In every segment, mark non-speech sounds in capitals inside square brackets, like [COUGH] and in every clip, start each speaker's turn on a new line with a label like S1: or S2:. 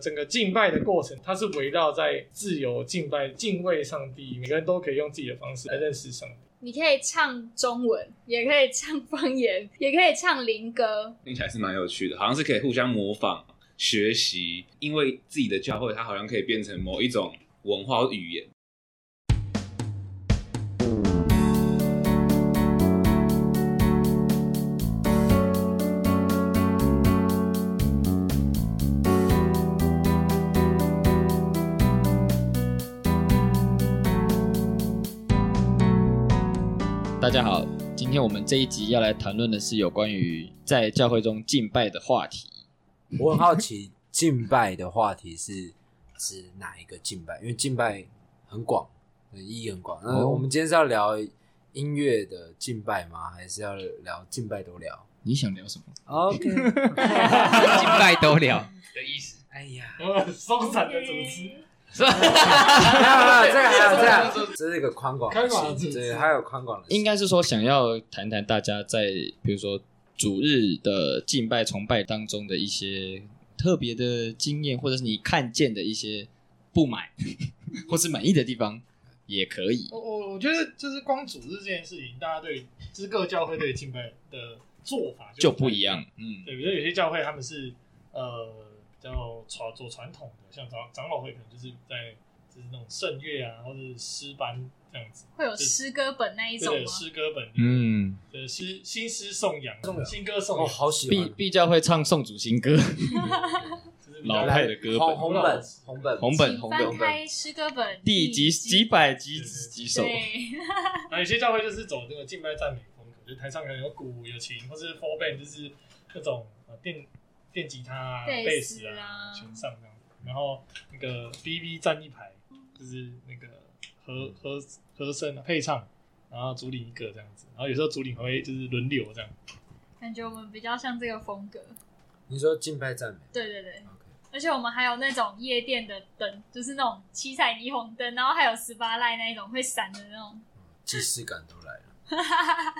S1: 整个敬拜的过程，它是围绕在自由敬拜、敬畏上帝，每个人都可以用自己的方式来认识上帝。 [LAUGHS]
S2: 你可以唱中文，也可以唱方言，也可以唱灵歌。
S3: 听起来是蛮有趣的，好像是可以互相模仿学习，因为自己的教会它好像可以变成某一种文化或语言。
S4: 大家好，今天我们这一集要来谈论的是有关于在教会中敬拜的话题。
S5: 我很好奇，敬拜的话题是指哪一个敬拜？因为敬拜很广，呃意义很广。那
S4: 哦
S5: 我们今天是要聊音乐的敬拜吗？还是要聊敬拜都聊
S4: 你想聊什么？
S5: ？OK，
S6: 敬拜都了的意思。
S5: [LAUGHS] 哎呀，
S1: 呃，松散的组织，
S5: 没有没有，这个还有这样，这是一个宽广
S1: 宽广的
S5: 的
S1: 组
S5: 心，
S1: 织
S5: 对，还有宽广的心，
S4: 应该是说想要谈谈大家在比如说主日的敬拜崇拜当中的一些特别的经验，或者是你看见的一些不满 [LAUGHS] 或是满意的地方，也可以。
S1: 我我我觉得就是光组织这件事情，大家对就是各教会对敬拜的做法
S4: 就不一样，嗯，
S1: 对，比如说有些教会他们是呃比较传走传统的，像长长老会可能就是在就是那种圣乐啊，或者是诗班这样子，
S2: 会有诗歌本那一
S1: 对
S2: 种
S1: 对，
S2: 吗？
S1: 诗歌本，嗯，
S4: 嗯，哦
S1: 呃，新新诗颂扬，
S5: 颂扬
S1: 新歌颂
S5: 我
S1: 扬，
S5: 哦好喜
S4: 必
S5: 欢
S4: 必教会唱宋祖新歌，
S1: 就是比较
S4: 老派的歌本
S5: 哦红红本红本
S4: 红本
S2: 请
S4: 红
S2: 翻
S4: 本
S2: 开诗歌本
S4: 第几几百集几首，
S2: 对，
S1: 然后有些教会就是走这个敬拜赞美风格，就是台上可能有鼓有琴，或是 four band，就是那种呃电电吉他啊、
S2: 贝斯
S1: 贝斯
S2: 啊
S1: 全上这样子。然后那个 B B 站一排，就是那个和和和声啊配唱，然后主领一个这样子。然后有时候主领还会就是轮流这样。
S2: 感觉我们比较像这个风格。
S5: 你说敬拜赞美
S2: 对对对，
S5: ，OK，
S2: 而且我们还有那种夜店的灯，就是那种七彩霓虹灯，然后还有十八赖那一种会闪的那种。
S5: 既视感都来了。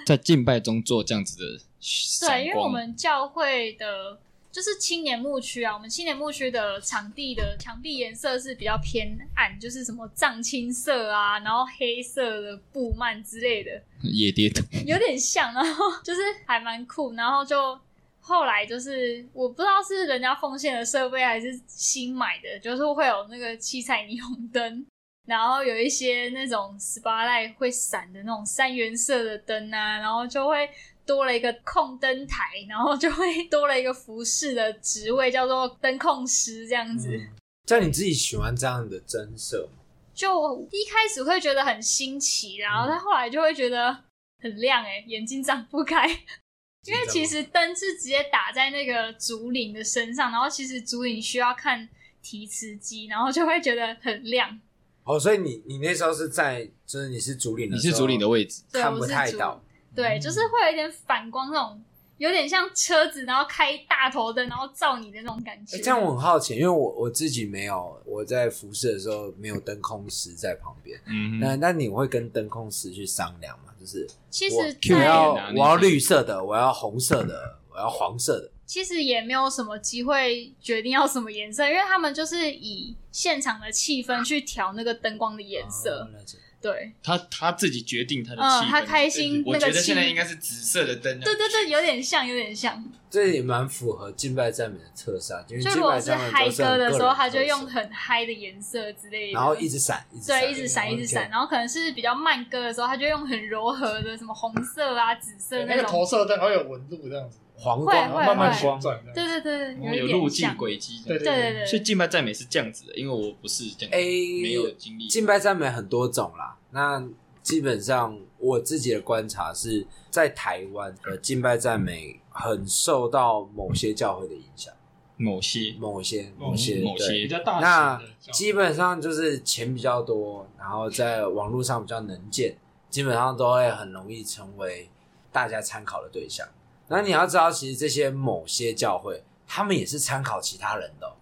S4: 在敬拜中做这样子的闪
S2: 对，因为我
S4: 光，
S2: 们教会的，就是青年牧区啊，我们青年牧区的场地的墙壁颜色是比较偏暗，就是什么藏青色啊，然后黑色的布幔之类的，
S4: 也跌倒，
S2: 有点像，然后 [LAUGHS] 就是还蛮酷，然后就后来就是我不知道是人家奉献的设备还是新买的，就是会有那个七彩霓虹灯，然后有一些那种十八赖会闪的那种三原色的灯啊，然后就会。多了一个控灯台，然后就会多了一个服饰的职位，叫做灯控师这样子。
S5: 嗯像你自己喜欢这样的增色吗？
S2: 就一开始会觉得很新奇，然后
S5: 嗯
S2: 他后来就会觉得很亮哎、眼睛张不开，因为其实灯是直接打在那个竹林的身上，然后其实竹林需要看提词机，然后就会觉得很亮。
S5: 哦，所以你你那时候是在，就是你是主领的
S4: 你
S5: 时候，
S4: 是主领的位置，
S2: 对
S5: 看
S2: 我
S5: 不
S2: 是
S5: 太
S2: 主
S5: 到，
S2: 对，
S6: 嗯
S2: 就是会有一点反光那种，有点像车子然后开大头灯然后照你的那种感觉。
S5: 欸这样我很好奇，因为我我自己没有，我在服侍的时候没有灯控师在旁边。
S4: 嗯
S5: 那那你会跟灯控师去商量吗？就是
S2: 其实
S5: 我
S2: 在
S5: 我要
S4: 啊那
S5: 我要
S4: 些
S5: 绿色的，我要红色的，我要黄色的。
S2: 其实也没有什么机会决定要什么颜色，因为他们就是以现场的气氛去调那个灯光的颜色。
S5: 哦了解
S2: 对，
S4: 他他自己决定他的
S2: 嗯
S4: 气氛，
S2: 他开心
S6: 我
S2: 那
S6: 觉
S2: 个
S6: 得
S2: 气
S6: 现，在应该是紫色的灯啊。
S2: 对对对，有点像，有点像。
S5: 这也蛮符合敬拜赞美的特色啊，因为
S2: 就
S5: 敬
S2: 如果
S5: 拜
S2: 是
S5: 赞美
S2: 嗨
S5: 都是
S2: 歌
S5: 很
S2: 的
S5: 个
S2: 时候，
S5: 人
S2: 他就
S5: 特
S2: 会用
S5: 色
S2: 很嗨的颜色之类的，
S5: 然后一直闪，一直
S2: 对，一直闪，一直
S5: OK
S2: 闪。然后可能是比较慢歌的时候，他就用很柔和的什么红色啊、紫色
S1: 那个投
S2: 种。
S1: 射灯还会有纹路这样子，
S5: 黄
S2: 会
S5: 光
S1: 然后
S2: 会
S1: 慢慢
S2: 会
S1: 旋转这样。
S2: 对对对，
S5: 哦
S4: 然后
S2: 一
S4: 有
S2: 点
S4: 路径
S2: 像。
S4: 轨迹，
S1: 对
S2: 对对
S4: 所以
S2: 对，
S4: 敬拜赞美是这样子的，因为我不是这
S6: 哎
S4: 样，
S5: 诶
S4: 没有经历
S5: 敬拜赞美很多种啦，那基本上我自己的观察是在台湾，呃，敬拜赞美很受到某些教会的影响，
S4: 某些
S5: 某些某些
S4: 某
S5: 对。
S4: 些
S1: 比较大
S5: 那
S1: 型的教会
S5: 基本上就是钱比较多，然后在网络上比较能见，基本上都会很容易成为大家参考的对象。那你要知道，其实这些某些教会，他们也是参考其他人的哦、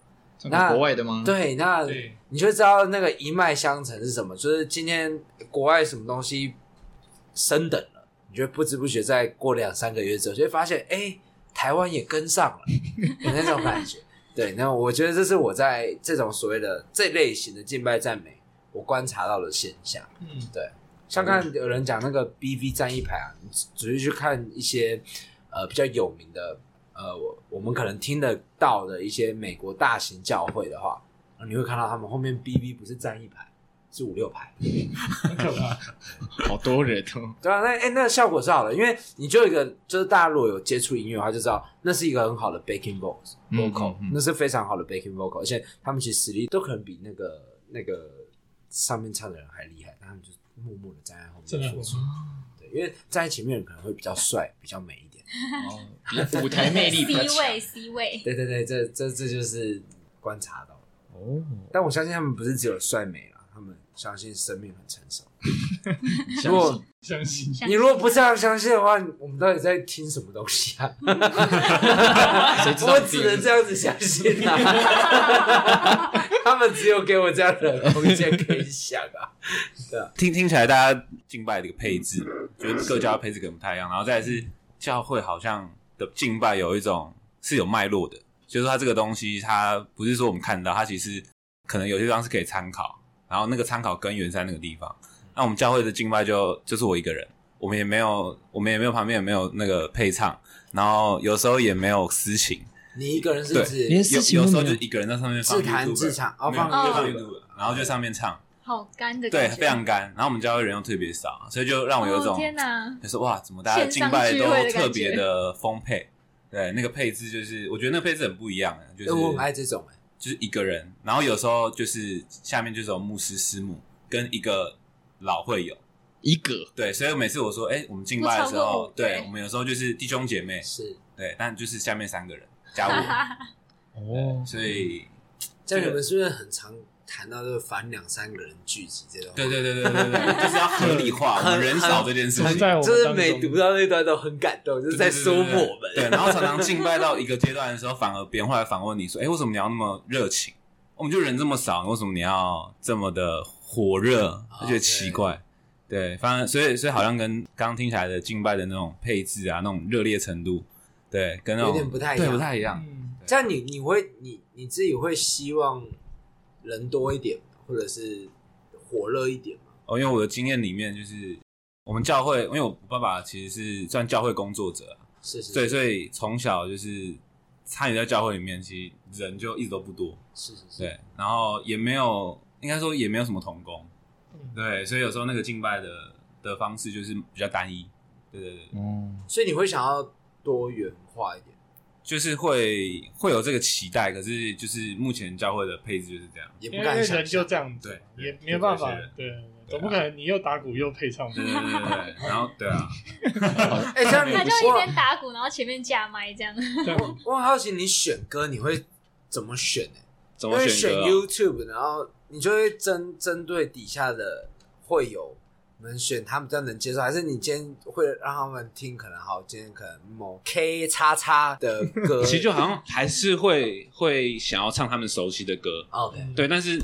S4: 像国外的吗？，
S5: 对，那
S1: 对
S5: 你就知道那个一脉相承是什么。就是今天国外什么东西升等了，你就不知不觉再过两三个月之后，就会发现，哎、台湾也跟上了，有那种感觉。对，那我觉得这是我在这种所谓的这类型的敬拜赞美，我观察到的现象。
S1: 嗯，
S5: 像刚才有人讲那个 BV 站一排啊，你只只是去看一些呃比较有名的呃，我我们可能听得到的一些美国大型教会的话，你会看到他们后面 BV 不是站一排，是五六排。
S1: 很可怕。
S4: 好多人哦，
S5: 对啊，那哎、那个效果是好的，因为你就有一个，就是大家如果有接触音乐的话，就知道那是一个很好的 backing vocals
S4: 嗯
S5: vocal，、
S4: 嗯嗯
S5: 那是非常好的 backing vocal，而且他们其实实力都可能比那个那个上面唱的人还厉害，但他们就默默的站在后
S1: 真的
S5: 面付出，对，因为站在前面的人可能会比较帅，比较美一点。
S4: 哦
S2: [LAUGHS]
S4: 比较舞台魅力比较
S2: C
S4: 强
S2: 位 C 位，
S5: 对对对，这这这就是观察到的，
S4: 哦，
S5: 但我相信他们不是只有帅美啦，他们相信生命很
S4: [LAUGHS]
S5: 成熟。
S4: 相
S5: 如果
S4: 信
S1: 相信
S2: 相
S5: 你
S2: 信
S5: 如果不这样相信的话，我们到底在听什么东西啊？
S4: 谁知道
S5: 我只能这样子相信啊。 [LAUGHS] 他们只有给我这样的空间可以想啊。
S3: 听听起来，大家敬拜的一个配置，觉得各教会配置可能不太一样。然后再来是教会好像的敬拜有一种是有脉络的，就是说它这个东西，它不是说我们看到，它其实可能有些地方是可以参考，然后那个参考根源在那个地方。那我们教会的敬拜就就是我一个人，我们也没有，我们也没有旁边也没有那个配唱，然后有时候也没有私情，
S5: 你一个人是
S3: 对
S5: 指
S4: 连
S3: 有
S4: 私情
S3: 有
S4: 都
S3: 时
S4: 没
S3: 候
S4: 有
S3: 就一个人在上面放
S5: 自弹
S3: YouTuber，
S5: 自唱哦
S3: 没有
S5: 放
S3: 就放
S5: YouTuber
S3: YouTube，然后就上面唱，
S2: 好干的
S3: 对，
S2: 感觉，
S3: 非常干。然后我们教会人又特别少，所以就让我有一种
S2: 哦、天哪，
S3: 就是哇，怎么大家敬拜都特别的丰沛？对，那个配置就是，我觉得那个配置很不一样，啊就是
S5: 哎我很爱这种、欸，
S3: 就是一个人，然后有时候就是下面就是有牧师师母跟一个老会友，
S4: 一个
S3: 对，所以每次我说，哎、我们敬拜的时
S2: 不超过
S3: 候
S2: 五，个
S3: 对我们有时候就是弟兄姐妹，
S5: 是
S3: 对，但就是下面三个人加我，
S4: 哦，
S3: 所以
S5: 这样你们是不是很常谈到就是凡两三个人聚集这种？
S3: 对对对对对对
S1: [LAUGHS]
S3: 对，就是要合理化我
S5: 很
S3: 们人少这件事
S1: 很哦
S3: 情，
S1: 在我们
S5: 就是
S1: 当中
S5: 每读到那段都很感动，就是在说我
S3: 对对对对对，
S5: 们。
S3: 然后常常敬拜到一个阶段的时候，反而别人会来反问你说：“哎、为什么你要那么热情？我们就人这么少，为什么你要这么的火
S5: 哦
S3: 热？”他觉得奇怪。对，反正所以所以好像跟刚刚听起来的敬拜的那种配置啊，那种热烈程度，对，跟那种
S5: 有点不太一样
S3: 对，不太一样。
S1: 嗯，
S5: 这样你你会你你自己会希望人多一点，或者是火热一点吗？
S3: 哦，因为我的经验里面，就是我们教会，因为我爸爸其实是算教会工作者啊，
S5: 是是，
S3: 对，所以从小就是参与在教会里面，其实人就一直都不多。
S5: 是是是，
S3: 对，然后也没有，应该说也没有什么童工，
S1: 嗯
S3: 对，所以有时候那个敬拜的的方式就是比较单一，对对对，
S4: 嗯，
S1: 哦
S5: 所以你会想要多元化一点。
S3: 就是会会有这个期待，可是就是目前教会的配置就是这样，
S5: 也不
S1: 因为
S5: 敢
S1: 人
S5: 想
S1: 就
S5: 象。
S1: 这样子
S3: 对
S1: 嘛，
S3: 对
S1: 也
S3: 就
S1: 没有办法
S3: 这些人，
S1: 对，总不可能你又打鼓又配唱，
S3: 对对对对对，然后对啊，
S5: 哎、这样你
S2: 他就一边
S5: 我
S2: 打鼓，然后前面架麦这样，
S1: 这样
S5: 我很好奇，你选歌你会怎么选呢、
S3: [LAUGHS] 怎
S5: 因
S3: 么
S5: 为
S3: 选歌、啊？
S5: YouTube，然后你就会针针对底下的会友们选他们比较能接受，还是你今天会让他们听？可能好，今天可能某 K 叉叉的歌，
S3: [LAUGHS] 其实就好像还是会会想要唱他们熟悉的歌，
S5: OK，
S3: 对，但是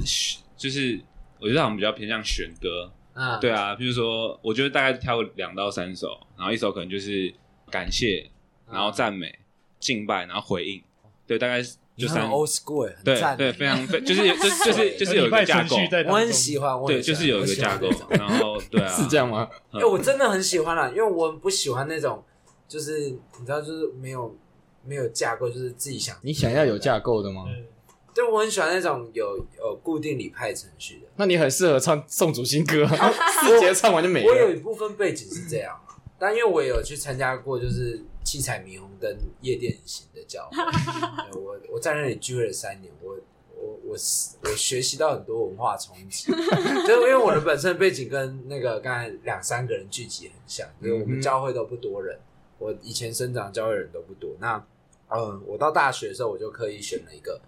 S3: 就是我觉得好像比较偏向选歌，
S5: 嗯，
S3: 对啊，比如说，我觉得大概挑两到三首，然后一首可能就是感谢，然
S5: 嗯
S3: 后赞美、敬拜，然后回应，对，大概是
S5: 你
S3: 就
S5: 很
S3: 三，
S5: old school，、欸、很
S3: 对
S5: 赞欸
S3: 对，非常非就是有就是就是就是有一个架构，
S1: 在当中
S5: 我很喜欢，我
S3: 对，
S5: 很喜
S3: 就
S5: 欢
S3: 是有一个架构，然后对啊，
S4: 是这样吗？
S5: 哎、我真的很喜欢啦，因为我很不喜欢那种，就是你知道，就是没有没有架构，就是自己想。
S4: 你想要有架构的吗？
S1: 对
S5: 对，我很喜欢那种有有固定礼派程序的。
S4: 那你很适合唱宋祖新歌，
S7: 啊 [LAUGHS]
S4: 四节唱完就没
S5: 我有
S4: 了。
S5: 一部分背景是这样啊，但因为我也有去参加过，就是七彩霓虹灯夜店型的教
S3: [LAUGHS]
S5: 会。对我我在那里聚会了三年，我我我是我学习到很多文化冲击， [LAUGHS] 就是因为我的本身背景跟那个刚才两三个人聚集很像，就是我
S3: 嗯
S5: 们
S3: 哼
S5: 教会都不多人，我以前生长教会人都不多。那嗯，我到大学的时候，我就刻意选了一个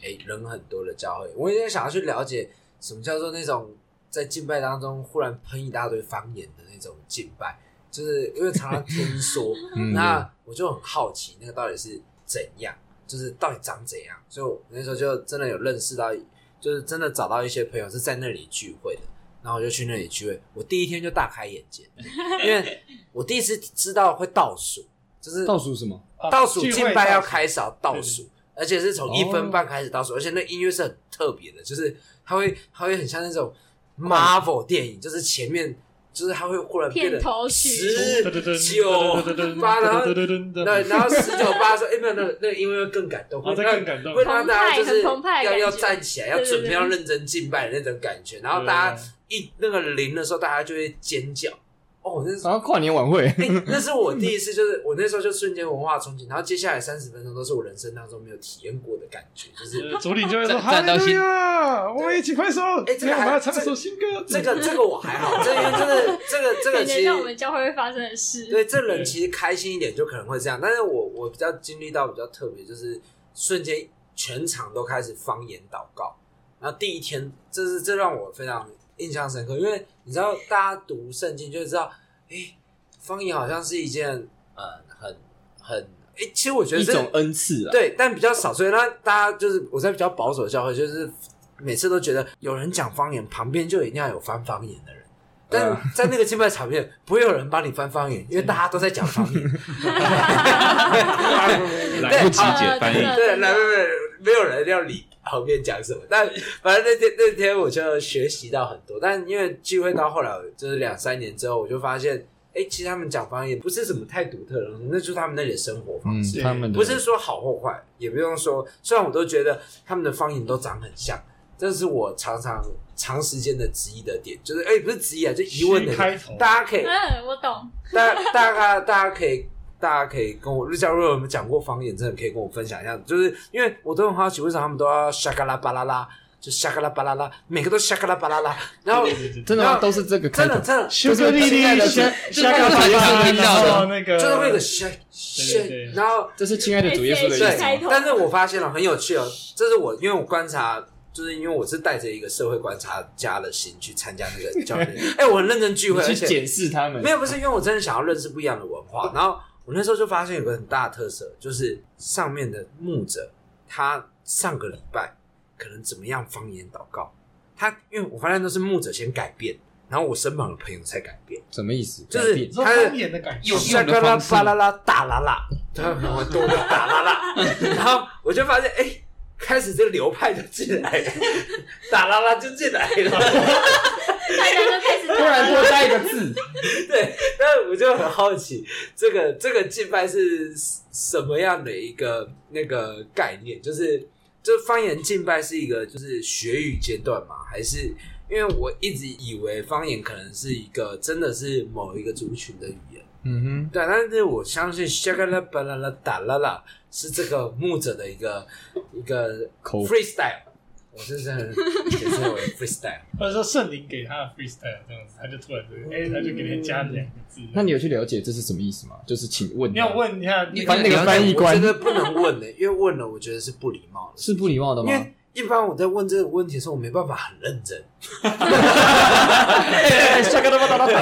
S5: 诶、人很多的教会，我也想要去了解什么叫做那种在敬拜当中忽然喷一大堆方言的那种敬拜，就是因为常常听说，
S4: 嗯
S5: 那我就很好奇那个到底是怎样，就是到底长怎样，所以我那时候就真的有认识到，就是真的找到一些朋友是在那里聚会的，然后我就去那里聚会，我第一天就大开眼界，因为我第一次知道会倒数，就是
S4: 倒数什么？
S1: 啊
S5: 倒数
S1: 聚会
S5: 敬拜要
S1: 倒数
S5: 开始要倒数，而且是从一分半开始倒数，而且那音乐是很特别的，就是它会它会很像那种 Marvel 电影，就是前面就是它会忽然变得
S2: 片头曲
S5: 十九八，然后对，然后十九八说，哎、没有，那个那个音乐会更感动，
S1: 啊
S5: 会
S1: 这更感动
S5: 会让大家就是
S2: 很澎湃很澎湃的
S5: 要
S2: 感觉
S5: 要站起来，要
S2: 对对
S5: 准备
S2: 对
S5: 要认真敬拜的那种感觉，然后大
S1: 啊
S5: 家一那个零的时候，大家就会尖叫。哦，那是、
S1: 啊
S7: 然后跨年晚会，
S5: [LAUGHS] 哎那是我第一次，就是我那时候就瞬间文化憧憬，然后接下来三十分钟都是我人生当中没有体验过的感觉，就是
S1: 呃竹林就会说：“哈
S4: 战战斗
S1: 利路
S4: 心
S1: 亚，我们一起拍手，
S5: 哎这
S1: 今
S5: 个
S1: 天我们
S5: 还
S1: 要唱一
S5: 这
S1: 首新歌。”
S5: 这个这个我还好，这个这个这个这个
S2: 感
S5: 其
S2: 觉
S5: 实
S2: 像我们教会会发生的事。
S5: 对，这人其实开心一点就可能会这样，但是我我比较经历到比较特别，就是瞬间全场都开始方言祷告，然后第一天，这是这让我非常印象深刻，因为你知道大家读圣经就会知道，诶，方言好像是一件呃很很诶，其实我觉得
S7: 一
S5: 这
S7: 种恩赐啊。
S5: 对，但比较少，所以那大家就是我在比较保守的教会，就是每次都觉得有人讲方言，旁边就一定要有翻方言的人。但在那个敬拜场面，不会有人帮你翻方言，因为大家都在讲方言。
S3: 来不及
S2: 呃
S3: 解翻译
S2: 真。的
S5: 对，
S2: 真的
S5: 来，没有没有人要理旁边讲什么。但反正那天那天我就学习到很多。但因为聚会到后来，就是两三年之后，我就发现，哎、其实他们讲方言不是什么太独特的东西，那就是他们那里的生活方
S7: 嗯
S5: 式。，
S7: 他们的
S5: 不是说好或坏，也不用说。虽然我都觉得他们的方言都长很像，这是我常常长时间的质疑的点，就是哎、不是质疑啊，就疑问的
S1: 虚
S5: 点
S1: 开头。
S5: 大家可以，
S2: 嗯，我懂。
S5: 大大家大家可以，大家可以跟我，假如有没有讲过方言，真的可以跟我分享一下，就是因为我都很好奇，为什么他们都要沙嘎啦巴啦啦，就沙嘎啦巴啦啦，每个都沙嘎啦巴啦啦，然后
S7: 真的吗？都是这个开
S5: 真
S7: 头
S5: 的。真的
S1: 修哥弟弟下下个
S7: 就是
S1: 巴
S7: 听到的
S1: 然后那个
S5: 就是会有个沙
S1: 对
S5: 沙
S1: 对，
S5: 然后。
S7: 这是亲爱的主耶稣的意
S2: 对
S7: 思
S2: 开
S7: 吗。
S2: 头
S5: 但是我发现了很有趣哦，这是我因为我观察，就是因为我是带着一个社会观察家的心去参加那个教练，
S7: [LAUGHS]
S5: 哎、我很认真聚会，而
S7: 你去
S5: 且
S7: 检视他们
S5: 没，有不是因为我真的想要认识不一样的文化，然后我那时候就发现有个很大的特色，就是上面的牧者他上个礼拜可能怎么样方言祷告，他因为我发现都是牧者先改变，然后我身旁的朋友才改变，
S7: 什么意思？
S5: 就是
S7: 改变
S1: 你说方言的感觉
S5: 有，沙嘎啦巴啦啦打啦啦， [LAUGHS] 他们很多的打啦啦， [LAUGHS] 然后我就发现哎、开始这个流派就进来了，打啦啦就进来 [LAUGHS] 了，
S2: 大家都开始
S7: 突然多加一个字，
S5: 对，那我就很好奇，这个这个敬拜是什么样的一个那个概念？就是就方言敬拜是一个就是学语阶段嘛，还是？因为我一直以为方言可能是一个真的是某一个族群的语言，
S7: 嗯哼，
S5: 对，但是我相信“下个啦巴啦啦打啦啦”是这个牧者的一个一个
S4: 口
S5: freestyle，我真是很解释
S7: [LAUGHS]
S5: 为 freestyle。
S1: 或者说圣灵给他的 freestyle 这样子，他就突然就哎，他就给你加两个字。
S7: 那你有去了解这是什么意思吗？就是请问
S1: 你要问一下，你
S7: 翻那个翻译
S5: 我觉
S7: 官
S5: 得不能问的、因为问了我觉得是不礼貌的。
S7: 是不礼貌的
S5: 因
S7: 吗？ [LAUGHS]
S5: 为一般我在问这个问题的时候，我没办法很认真。
S7: 哎下个他妈打打打，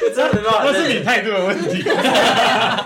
S5: 我真的没办法
S1: 那
S5: 很
S1: 是
S5: 认真
S1: 你。态度的
S7: [LAUGHS]
S1: 问题。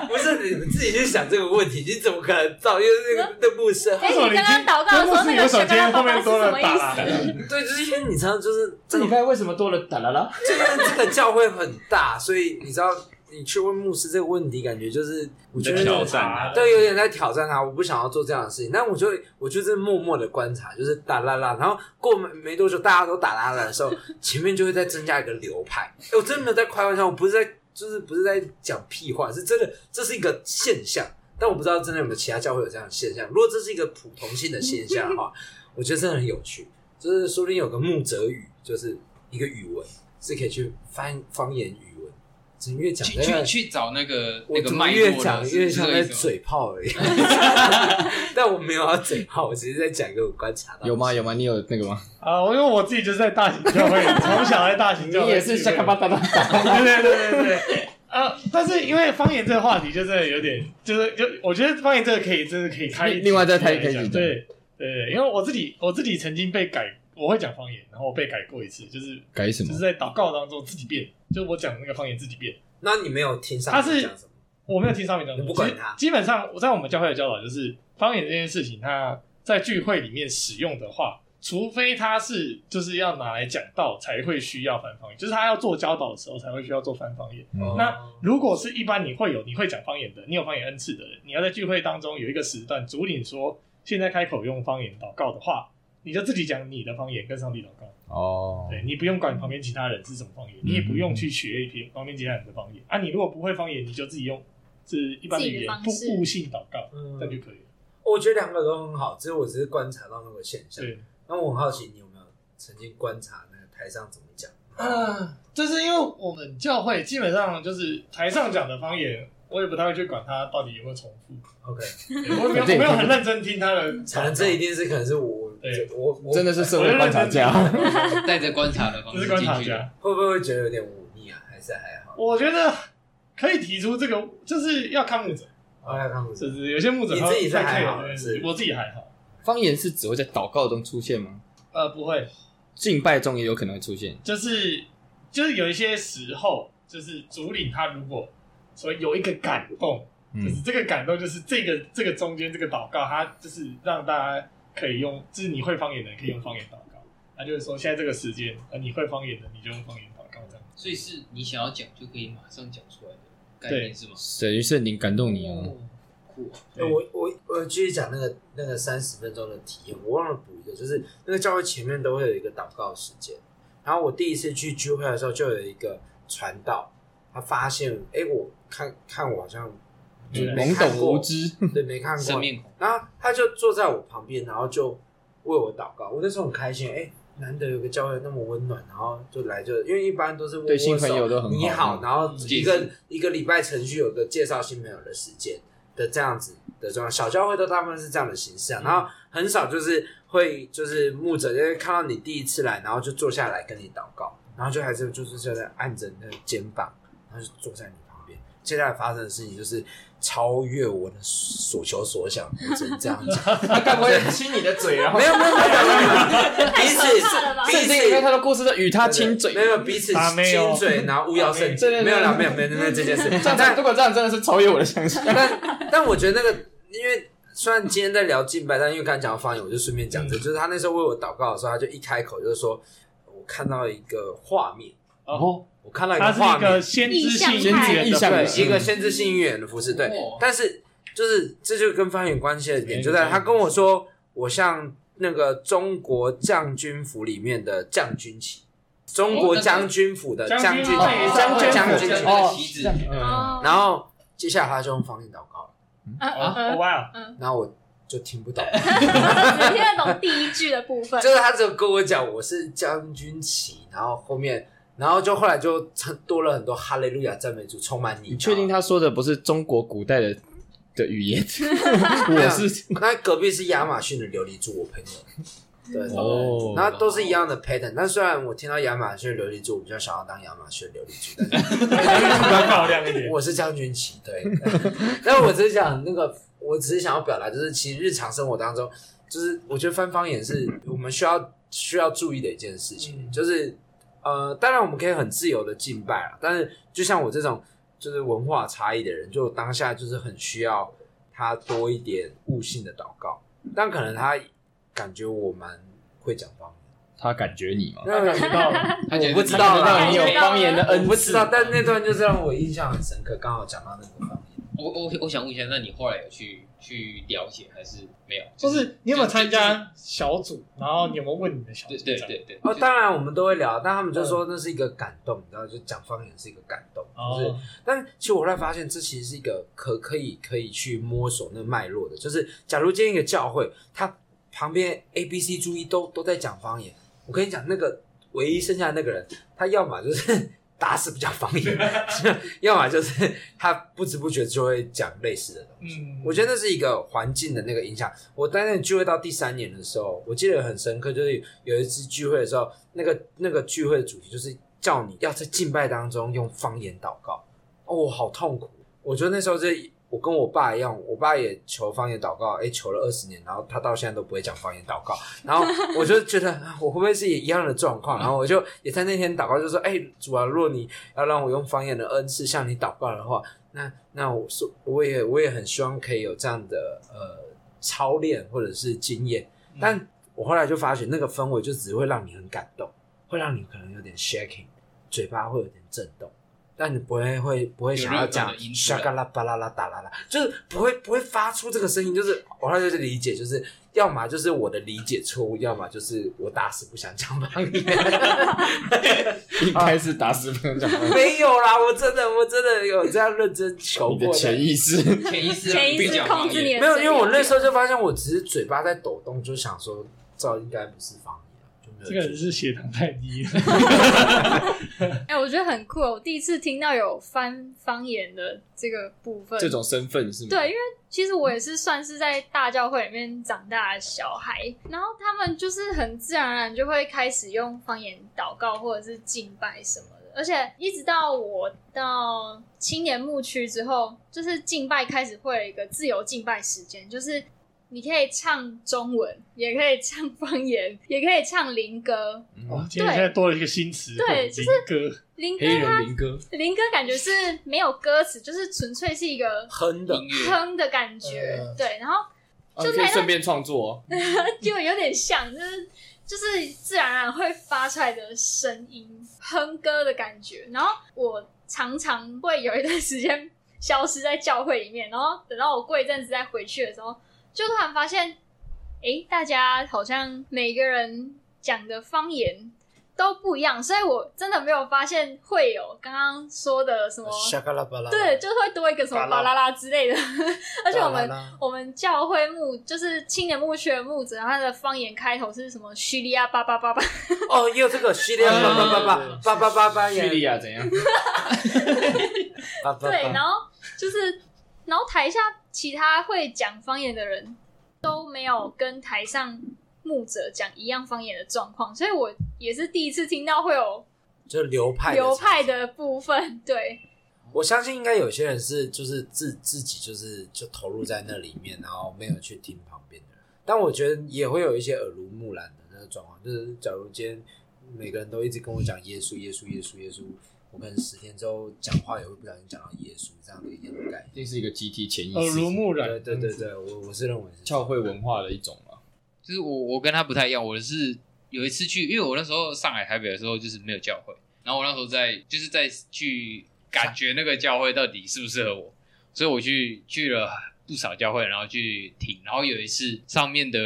S5: 不是你们自己去想这个问题，你怎么可能造？因为那个那牧师，
S2: 哎，你刚刚祷告的时候，那
S1: 有
S2: 个
S1: 手
S2: 小
S1: 今天后
S2: 刚刚祷
S1: 面多了
S2: 告是什
S1: 打
S2: 么意思？
S5: 对，就是因为你常常就是
S7: [LAUGHS] 这
S5: 这个
S7: 礼拜为什么多了打啦啦？
S5: 就是这个教会很大，所以你知道，你去问牧师这个问题，感觉就是我觉得
S3: 挑战啊
S5: 对，有点在挑战他。我不想要做这样的事情，但我就我就是默默的观察，就是打啦啦，然后过没没多久，大家都打啦啦的时候，前面就会再增加一个流派。哎，我真的没有在开玩笑，我不是在就是不是在讲屁话，是真的，这是一个现象。但我不知道真的有没有其他教会有这样的现象。如果这是一个普通性的现象的话，我觉得真的很有趣。就是说不定有个牧者语，就是一个语文，是可以去翻方言语文。只越讲
S6: 去
S5: 那个
S6: 去去找那个
S5: 我
S6: 那个
S5: 怎么
S6: 脉
S5: 越
S6: 络
S5: 讲
S6: 的，是
S5: 越
S6: 是
S5: 像
S6: 这
S5: 在
S6: 个意思吗。
S5: 嘴炮
S6: [LAUGHS]
S5: 而已，但我没有要嘴炮，我只是在讲给我观察到。
S7: 有吗？？有吗？你有那个吗？
S1: 啊！我因为我自己就是在大型教会，从小在大型
S7: 你
S1: 教会，
S7: 也是下个巴打打
S1: [LAUGHS]
S7: 打，
S1: 对对对对对。啊！但是因为方言这个话题，就真的有点，就是就我觉得方言这个可以，真的可以开一集
S7: 另外再开
S1: 来讲
S7: 开一集
S1: 对对，因为我自己我自己曾经被改，我会讲方言，然后我被改过一次，就是
S7: 改什
S1: 就
S7: 么
S1: 是？在祷告当中自己变，就是我讲的那个方言自己变，
S5: 那你没有听上
S1: 他
S5: 去
S1: 是
S5: 讲什么？
S1: 我没有听上面讲什么。
S5: 你嗯不管他
S1: 其实基本上我在我们教会的教导就是方言这件事情，它在聚会里面使用的话，除非他是就是要拿来讲道才会需要翻方言，就是他要做教导的时候才会需要做翻方言。
S5: 哦
S3: 嗯
S1: 那如果是一般你会有你会讲方言的，你有方言恩赐的人，你要在聚会当中有一个时段主领说现在开口用方言祷告的话，你就自己讲你的方言跟上帝祷告。
S7: 哦，
S1: 对你不用管旁边其他人是什么方言，你也不
S5: 嗯
S1: 用去学旁旁边其他人的方言啊。你如果不会方言，你就自己用是一般的语
S2: 自己的
S1: 言
S2: 方，
S1: 不
S2: 式
S1: 悟性祷告，
S5: 嗯
S1: 这样就可以了。
S5: 我觉得两个都很好，只是我只是观察到那个现象。
S1: 对，
S5: 那我很好奇，你有没有曾经观察那个台上怎么讲？
S1: 啊， [COUGHS] 就是因为我们教会基本上就是台上讲的方言，我也不太会去管它到底有没有重复，
S5: OK，
S1: [LAUGHS] 我也没有我没有很认真听他的
S5: 可能这一定是可能是我
S1: 对
S5: 我我
S7: 真的是社会观察家，
S6: 带着观察的方
S1: 只
S6: 式
S1: 是观
S6: 进
S1: 察
S6: 去的。
S1: 家。
S5: 会不会觉得有点忤逆啊？还是还好？
S1: 我觉得可以提出这个，就是要看牧者，
S5: 我来看不
S1: 就
S5: 出
S1: 是有些牧者
S5: 你
S1: 他
S5: 自己是
S1: 太
S5: 还
S1: care
S5: 好
S1: 了
S5: 是
S1: 我自己还好，
S7: 方言是只会在祷告中出现吗？
S1: 呃，不会，
S7: 敬拜中也有可能会出现。
S1: 就是就是有一些时候，就是主领他如果所以有一个感动，就是
S3: 嗯，
S1: 这个感动，就是这个这个中间这个祷告，它就是让大家可以用，就是你会方言的人可以用方言祷告，那就是说现在这个时间，呃，你会方言的你就用方言祷告这样。
S6: 所以是你想要讲就可以马上讲出来的概念是吗？
S7: 等于圣灵感动你啊！
S6: 哦，酷啊！
S1: 对
S5: 我我我继续讲那个那个三十分钟的体验，我忘了补一个，就是那个教会前面都会有一个祷告时间。然后我第一次去聚会的时候，就有一个传道，他发现，哎，我看看我好像就是没
S7: 嗯懵
S5: 看
S7: 懂
S5: 过
S7: 无，知，
S5: 对，没看
S6: 生
S5: 过。
S6: 面孔，
S5: 然后他就坐在我旁边，然后就为我祷告。我那时候很开心，哎，难得有个教会那么温暖，然后就来就，因为一般都是握握
S7: 对
S5: 手
S7: 新朋友都很好
S5: 你好，
S7: 嗯
S5: 然后一
S6: 介
S5: 个一个礼拜程序有个介绍新朋友的时间的这样子的状况，小教会都大部分是这样的形式
S7: 嗯
S5: 啊，然后很少就是会就是牧者因为看到你第一次来，然后就坐下来跟你祷告，然后就还是就是就在按着那个肩膀，然后就坐在你旁边。接下来发生的事情就是超越我的所求所想，我只能这
S7: [LAUGHS]
S5: 样讲。
S7: 他该不会亲你的嘴，然后
S5: 没有没有
S7: [LAUGHS]
S5: 没有没有，彼
S2: 太可怕了吧
S5: 此
S7: 圣
S5: 彼
S7: 经里面 [LAUGHS] 他
S5: 此。
S7: 的故事都与他亲嘴
S5: 没，有彼此
S1: 啊没有
S5: 亲嘴，然后巫妖圣
S7: [LAUGHS] 对对
S5: 经，
S7: 对
S5: 没有啦，没有没有没有这件
S7: [LAUGHS]
S5: 事。
S7: 这样子
S5: 但
S7: 如果这样真的是超越我的想象。
S5: 但 [LAUGHS] 但我觉得那个，因为虽然今天在聊敬拜，但因为刚才讲到方言，我就顺便讲这，就是他那时候为我祷告的时候，他就一开口就说，我看到一个画面，
S7: 然后
S5: 我看到一
S1: 它
S5: 个
S1: 是
S5: 画
S1: 一个
S5: 面，
S1: 先知性
S2: 意象派
S1: 语言
S7: 意
S1: 的
S7: 象
S1: 方
S7: 派
S1: 式
S5: 对，一个先知性预言的服饰，对
S6: 哇，
S5: 但是就是这就跟方言关系的点
S1: 没
S5: 就在
S1: 错
S5: 他跟我说，我像那个中国将军府里面的将军旗。中
S6: 哦
S5: 国
S6: 那个
S5: 将军府的
S1: 将
S5: 将
S1: 军
S5: 军
S1: 哦哦
S5: 旗，
S1: 哦
S5: 将军将军
S6: 这
S5: 旗，
S6: 个旗子，
S2: 哦
S5: 然后接下来他就用方言祷告了，
S2: 嗯
S1: 哦哦
S2: 嗯
S1: 哇，
S5: 然后我就听不懂，
S2: 嗯，只听得懂第一句的部分
S5: 就。是他只有跟我讲我是将军旗，然后后面，然后就后来就多了很多哈利路亚赞美主，充满你。
S7: 你确定他说的不是中国古代的的语言？
S5: 没有
S7: [LAUGHS] 我是
S5: 那隔壁是亚马逊的琉璃柱，我朋友。对，
S7: 哦
S5: 然后都是一样的 pattern，但虽然我听到亚马逊的琉璃柱，我比较想要当亚马逊的琉璃柱，但是
S1: 比较漂亮一点。
S5: 我是将军旗，对。 [LAUGHS] 但我只是想那个，我只是想要表达，就是其实日常生活当中，就是我觉得翻方言是我们需要需要注意的一件事情，
S1: 嗯
S5: 就是呃，当然我们可以很自由的敬拜啊，但是就像我这种就是文化差异的人，就当下就是很需要他多一点悟性的祷告，但可能他感觉我蛮会讲方言。
S7: 他感觉你吗？
S5: [LAUGHS] 那
S1: 知道了
S6: 他觉
S5: 嗯我
S6: 得
S5: 不知道啊
S7: 他
S5: 啦
S7: 感觉到你有方言的
S5: 我
S7: 恩
S5: 不知
S7: 赐，
S5: 道，但那段就是让我印象很深刻。刚好讲到那个方言。
S6: 我我我想问一下，那你后来有去去了解还是没有？
S1: 就是是你有没有参加小组？然后你有没有问你的小组
S6: 对
S1: 长？
S6: 对对对
S5: 哦，当然我们都会聊，但他们就说那是一个感动，然后就讲方言是一个感动，就是。
S1: 哦，
S5: 但其实我后来发现，这其实是一个可可以可以去摸索那脉络的，就是假如今天一个教会，它旁边 A、B、C、注意都都在讲方言，我跟你讲，那个唯一剩下的那个人，他要么就是 [LAUGHS] 打死不讲方言， [LAUGHS] 要么就是他不知不觉就会讲类似的东西。
S1: 嗯，
S5: 我觉得那是一个环境的那个影响。我担任聚会到第三年的时候，我记得很深刻，就是有一次聚会的时候，那个那个聚会的主题就是叫你要在敬拜当中用方言祷告。哦，好痛苦！我觉得那时候是我跟我爸一样，我爸也求方言祷告，哎，求了二十年，然后他到现在都不会讲方言祷告。然后我就觉得啊我会不会是也一样的状况？然后我就也在那天祷告，就说：“哎、主啊，若你要让我用方言的恩赐向你祷告的话，那那我说我也
S6: 嗯
S5: 我也很希望可以有这样的呃操练或者是经验。”但我后来就发觉那个氛围就只会让你很感动，会让你可能有点 shaking，嘴巴会有点震动，但你不会会不会想要
S6: 有
S5: 讲
S6: 热闹的音啊出来
S5: 沙嘎啦巴啦啦哒啦啦，就是不会不会发出这个声音，就是我后来就是理解，就是要么就是我的理解错误，要么就是我打死不想讲
S6: [LAUGHS]
S5: 方言。
S7: 应该是打死不能 [LAUGHS] 讲话。
S5: 没有啦，我真的我真的有这样认真求
S7: 你的
S5: 过的
S7: 潜意识，
S6: 潜意识
S2: 潜意识控制你的
S5: 没有，
S2: 声
S5: 因
S2: 音
S5: 为我那时候就发现，我只是嘴巴在抖动，就想说这应该不是方言，就没有
S1: 这个人是血糖太低了，
S2: 哎、我觉得很酷哦，我第一次听到有翻方言的这个部分。
S7: 这种身份是吗？
S2: 对，因为其实我也是算是在大教会里面长大的小孩，然后他们就是很自然而然就会开始用方言祷告或者是敬拜什么的，而且一直到我到青年牧区之后，就是敬拜开始会有一个自由敬拜时间，就是你可以唱中文，也可以唱方言，也可以唱灵歌。
S1: 哦今天现在多了一个新词，哦
S2: 对就是
S1: 林哥，
S2: 灵歌
S7: 黑
S2: 它
S7: 人林哥，
S2: 灵歌感觉是没有歌词，就是纯粹是一个
S5: 哼的。
S6: 音乐，
S2: 哼的感觉，
S7: 呃
S2: 对，然后。
S7: 啊你可以顺便创作哦。
S2: 就有点像，就是就是自然而然会发出来的声音，哼歌的感觉。然后我常常会有一段时间消失在教会里面，然后等到我过一阵子再回去的时候，就突然发现，诶，大家好像每个人讲的方言。都不一样，所以我真的没有发现会有刚刚说的什么，
S5: 沙嘎啦巴啦，
S2: 对，就是会多一个什么巴啦啦之类的， [LAUGHS] 而且我们
S5: 巴啦啦
S2: 我们教会牧就是青年牧区的牧者，他的方言开头是什么？叙利亚巴巴巴巴，
S5: 哦，也有这个系列叭叭叭叭叭叭叭叭
S7: 叙利
S5: 耶，
S7: 亚怎 [LAUGHS] 样？
S5: 叭叭
S2: 对，然
S5: 叭，
S2: 后就是，然后台下其他会讲方言的人都没有跟台上牧者讲一样方言的状况，所以我也是第一次听到会有
S5: 就流派的
S2: 流派的部分，对，
S5: 我相信应该有些人是就是自自己就是就投入在那里面，然后没有去听旁边的人。但我觉得也会有一些耳濡目染的那个状况，就是假如今天每个人都一直跟我讲耶稣耶稣耶稣耶稣，我可能十天之后讲话也会不小心讲到耶稣这样的一样的概念。
S7: 这是一个集体潜意识，
S1: 耳濡目染，
S5: 对对对对，我我是认为是
S7: 教会文化的一种嘛。
S6: 就是我我跟他不太一样，我是有一次去，因为我那时候上海台北的时候就是没有教会，然后我那时候在就是在去感觉那个教会到底适不适合我，所以我去去了不少教会，然后去听，然后有一次上面的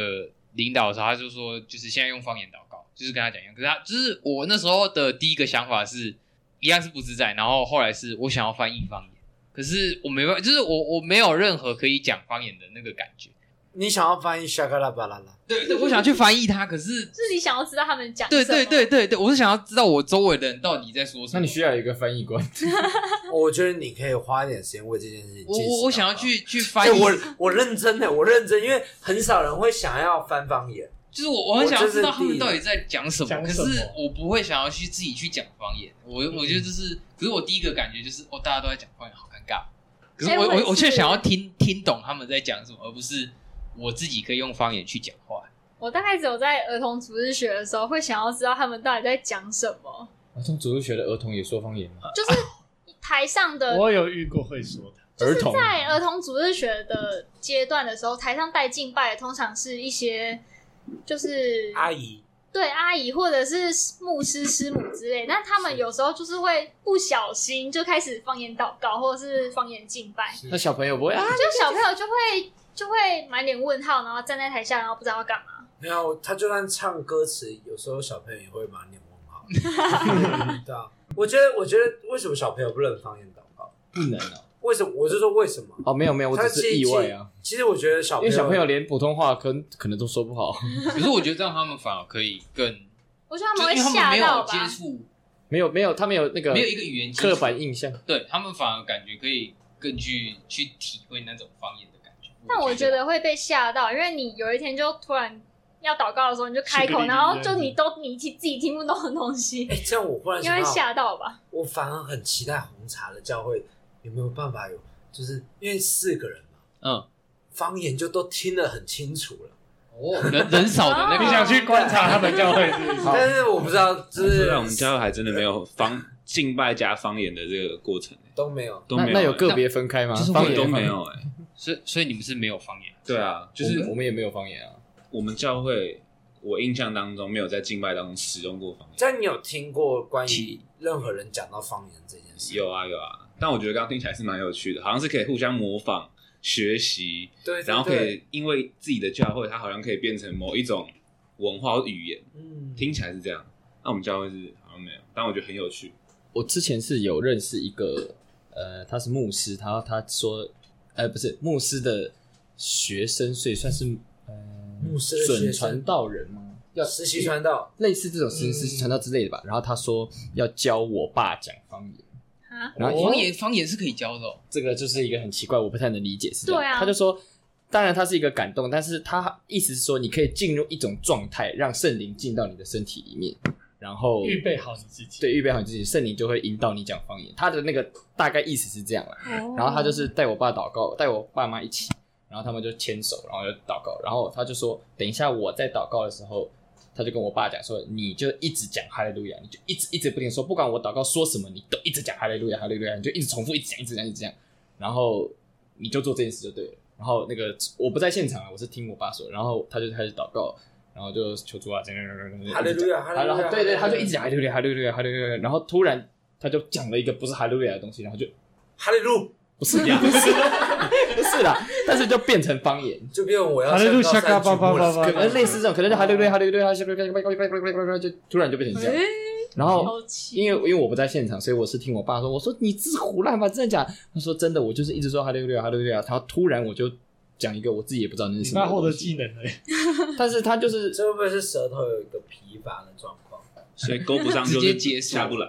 S6: 领导的时候，他就说就是现在用方言祷告，就是跟他讲一样，可是他就是我那时候的第一个想法是一样是不自在，然后后来是我想要翻译方言，可是我没办法，就是我我没有任何可以讲方言的那个感觉。
S5: 你想要翻译沙嘎拉巴拉拉，
S6: 对对，我想去翻译它，可是
S2: 就是你想要知道他们讲
S6: [LAUGHS] 对
S2: 什么
S6: 对对对对，我是想要知道我周围的人到底在说什
S7: 那
S6: 么。
S7: 你需要有一个翻译 [LAUGHS] 官，
S5: 我觉得你可以花一点时间为这件事情
S6: 我
S5: 进
S6: 我
S5: 行
S6: 我想要
S5: 祷告
S6: 去去
S5: 哎、
S6: 翻译，
S5: 我我认真的，我认真，因为很少人会想要翻方言。
S6: 就是我我很想要知道他
S5: 我就是
S6: 们到底在讲什么，
S1: 讲
S6: 可
S1: 什么
S6: 是我不会想要去自己去讲方言。我我
S7: 嗯
S6: 觉得就是，可是我第一个感觉就是，哦，大家都在讲方言，好尴尬。可是
S2: 哎
S6: 我
S2: 我也
S6: 我我却
S2: 是
S6: 想要听听懂他们在讲什么，而不是我自己可以用方言去讲话。
S2: 我大概只有在儿童主日学的时候会想要知道他们到底在讲什么，
S7: 儿童主日学的儿童也说方言吗？
S2: 台上
S6: 哦
S2: 的
S1: 我有遇过会说的，
S7: 儿童
S2: 在儿童主日学的阶段的时候，台上带敬拜的通常是一些就是
S5: 阿姨，
S2: 对阿姨或者是牧师、师母之类，但他们有时候就是会不小心就开始方言祷告或者是方言敬拜，
S7: 那小朋友不会啊？
S2: 就小朋友就会就会满脸问号，然后站在台下，然后不知道要干嘛。
S5: 没有，他就算唱歌词，有时候小朋友也会满脸问号。
S7: [LAUGHS]
S5: 对啊，我觉得，我觉得为什么小朋友不能方言祷告？
S7: 不能哦。
S5: 为什么？我就说为什么？
S7: 哦，没有没有，我
S5: 他
S7: 只是意外啊，
S5: 其实。其实我觉得小
S7: 因
S5: 朋
S7: 为
S5: 友，
S7: 小朋友连普通话可可能都说不好，
S6: 可是我觉得这样他们反而可以更，
S2: 我 [LAUGHS] 觉得他
S6: 就
S2: 们会
S6: 是因为他们
S2: 吓
S6: 没
S2: 到
S6: 有
S2: 吧
S6: 接？触，
S7: 没有没有，他没有那个
S6: 没有一个语言接
S7: 刻
S6: 触
S7: 板印象。
S6: 对他们反而感觉可以更去去体会那种方言的感觉。
S2: 但我觉得会被吓到，因为你有一天就突然要祷告的时候，你就开
S1: 是个
S2: 口，
S1: 例子
S2: 然后就你都你自己听不懂的东
S5: [LAUGHS]
S2: 西
S5: 哎、，这样我忽然
S2: 应该会
S5: 想到，
S2: 吓到吧？
S5: 我反而很期待红茶的教会有没有办法有，就是因为四个人嘛，
S6: 嗯，
S5: 方言就都听得很清楚了。
S6: 哦，人人少的那
S2: 哦
S6: 个
S1: 你想去观察啊他们教会
S6: [LAUGHS]
S1: 是不是？
S5: 但是我不知道，就
S3: 所
S5: 是
S3: 以我们教会还真的没有方敬拜加方言的这个过程、欸，
S5: 都没有。
S3: 都
S7: 那
S3: 没有、
S7: 那
S3: 欸，
S7: 有个别分开吗？
S6: 就是
S7: 方
S3: 我
S7: 言
S3: 们都
S7: 方
S3: 没
S7: 言，
S3: 有哎、欸
S6: 所以所以你们是没有方言，
S3: 对啊，就
S7: 就是是我们也没有方言啊。
S3: 我们教会，我印象当中没有在敬拜当中使用过方言。
S5: 但你有听过关于任何人讲到方言这件事？
S3: 有啊有啊，但我觉得刚刚听起来是蛮有趣的，好像是可以互相模仿、学习，
S5: 对，对
S3: 然后可，
S5: 对
S3: 以因为自己的教会，它好像可以变成某一种文化或语言，
S5: 嗯，
S3: 听起来是这样。那我们教会是好像没有，但我觉得很有趣。
S7: 我之前是有认识一个，呃，他是牧师，他他说，呃，不是牧师的学生，所以算是呃
S5: 牧师的学生
S7: 准传道人吗？
S5: 要实习传道，
S7: 类似这种实
S2: 嗯
S7: 实习传道之类的吧。然后他说要教我爸讲方言，
S2: 啊，
S7: 然后因为
S6: 方言方言是可以教的、哦，
S7: 这个就是一个很奇怪，我不太能理解是这样。
S2: 对啊
S7: 他就说，当然他是一个感动，但是他意思是说，你可以进入一种状态，让圣灵进到你的身体里面，然后
S2: 嗯
S1: 预备好你自己。
S7: 对预备好你自己，圣灵就会引导你讲方言。他的那个大概意思是这样啦。
S2: 然
S7: 然后他就是带我爸祷告，带我爸妈一起，然后他们就牵手，然后就祷告，然后他就说，等一下我在祷告的时候，他就跟我爸讲说，你就一直讲哈利路亚，你就一直一直不停地说，不管我祷告说什么，你都一直讲哈利路亚，哈利路亚，你就一直重复，一直讲，一直讲，一直讲，然后你就做这件事就对了。然后那个我不在现场啊，我是听我爸说，然后他就开始祷告，然后就求主啊，这样这样这样这样
S5: 哈利路亚，哈利
S7: 然
S5: 路亚，
S7: 后对对，他就一直
S5: 直
S7: 讲哈利路亚，哈利路亚，哈利路亚，然后突然他就讲了一个不是哈利路亚的东西，然后就
S5: 哈利路，
S7: 不是呀，不是，不是啦，但是就变成方言，
S5: 就变我要
S1: 哈利路
S5: 上高
S1: 下
S5: 山
S1: 嘎巴
S5: 举目哎
S1: 巴
S5: 了
S1: 巴
S7: 可能类似这种，可能就哈利路亚，哈利路亚，哈利路亚，就突然就
S2: 哦
S7: 变成这样。然后
S2: 好奇，
S7: 因为因为我不在现场，所以我是听我爸说，我说你这是胡乱吧，真的假的？他说真的，我就是一直说哈利路亚，哈利路亚，然后突然我就讲一个我自己也不知道那是
S1: 你
S7: 什么
S1: 那获
S7: 东
S1: 得
S7: 西，
S1: 技能了耶，
S7: 但是他就是
S5: 这会不会是舌头有一个疲乏的状况？
S3: 所以勾不上就
S6: 直
S3: 是
S6: 接结束
S3: 下不来。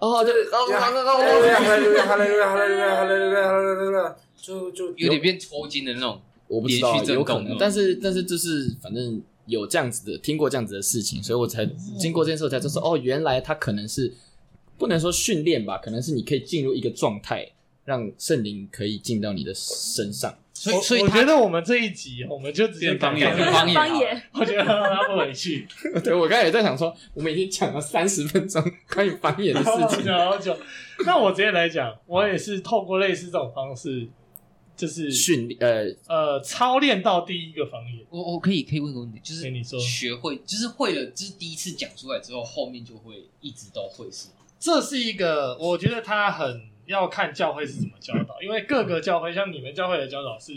S7: 哦，就是哦
S5: 哈利路亚，哈利路亚，哈利路亚，哈利路亚，哈利路亚，哈利路亚，就就
S6: 有点变抽筋的那种。
S7: 我不知道
S6: 连续，震
S7: 有
S6: 动
S7: 可
S6: 那
S7: 能，
S6: 种
S7: 但是但是就是反正有这样子的，听过这样子的事情，所以我才
S1: 嗯
S7: 经过这件事，我才知道说哦，原来他可能是不能说训练吧，可能是你可以进入一个状态，让圣灵可以进到你的身上。 [LAUGHS]
S6: 所以
S1: 我
S6: 所以
S1: 我
S6: 他
S1: 觉得我们这一集哦我们就直接
S3: 变方言
S1: 改
S3: 了
S1: 成
S6: 方言啊
S2: 方言，
S1: [LAUGHS] 我觉得让他们回去，
S7: 对我刚才也在想说，我们已经讲了三十分钟关于方言的
S1: 然后
S7: 事情，
S1: 讲好久。那我直接来讲，我也是透过类似这种方式，就是
S7: [LAUGHS] 训练呃，
S1: 呃操练到第一个方言。
S6: 我我可以可以问个问题，就是
S1: 跟哎你说
S6: 学会就是会了，就是第一次讲出来之后，后面就会一直都会是吗
S1: 这是一个，我觉得他很要看教会是怎么教导，因为各个教会像你们教会的教导是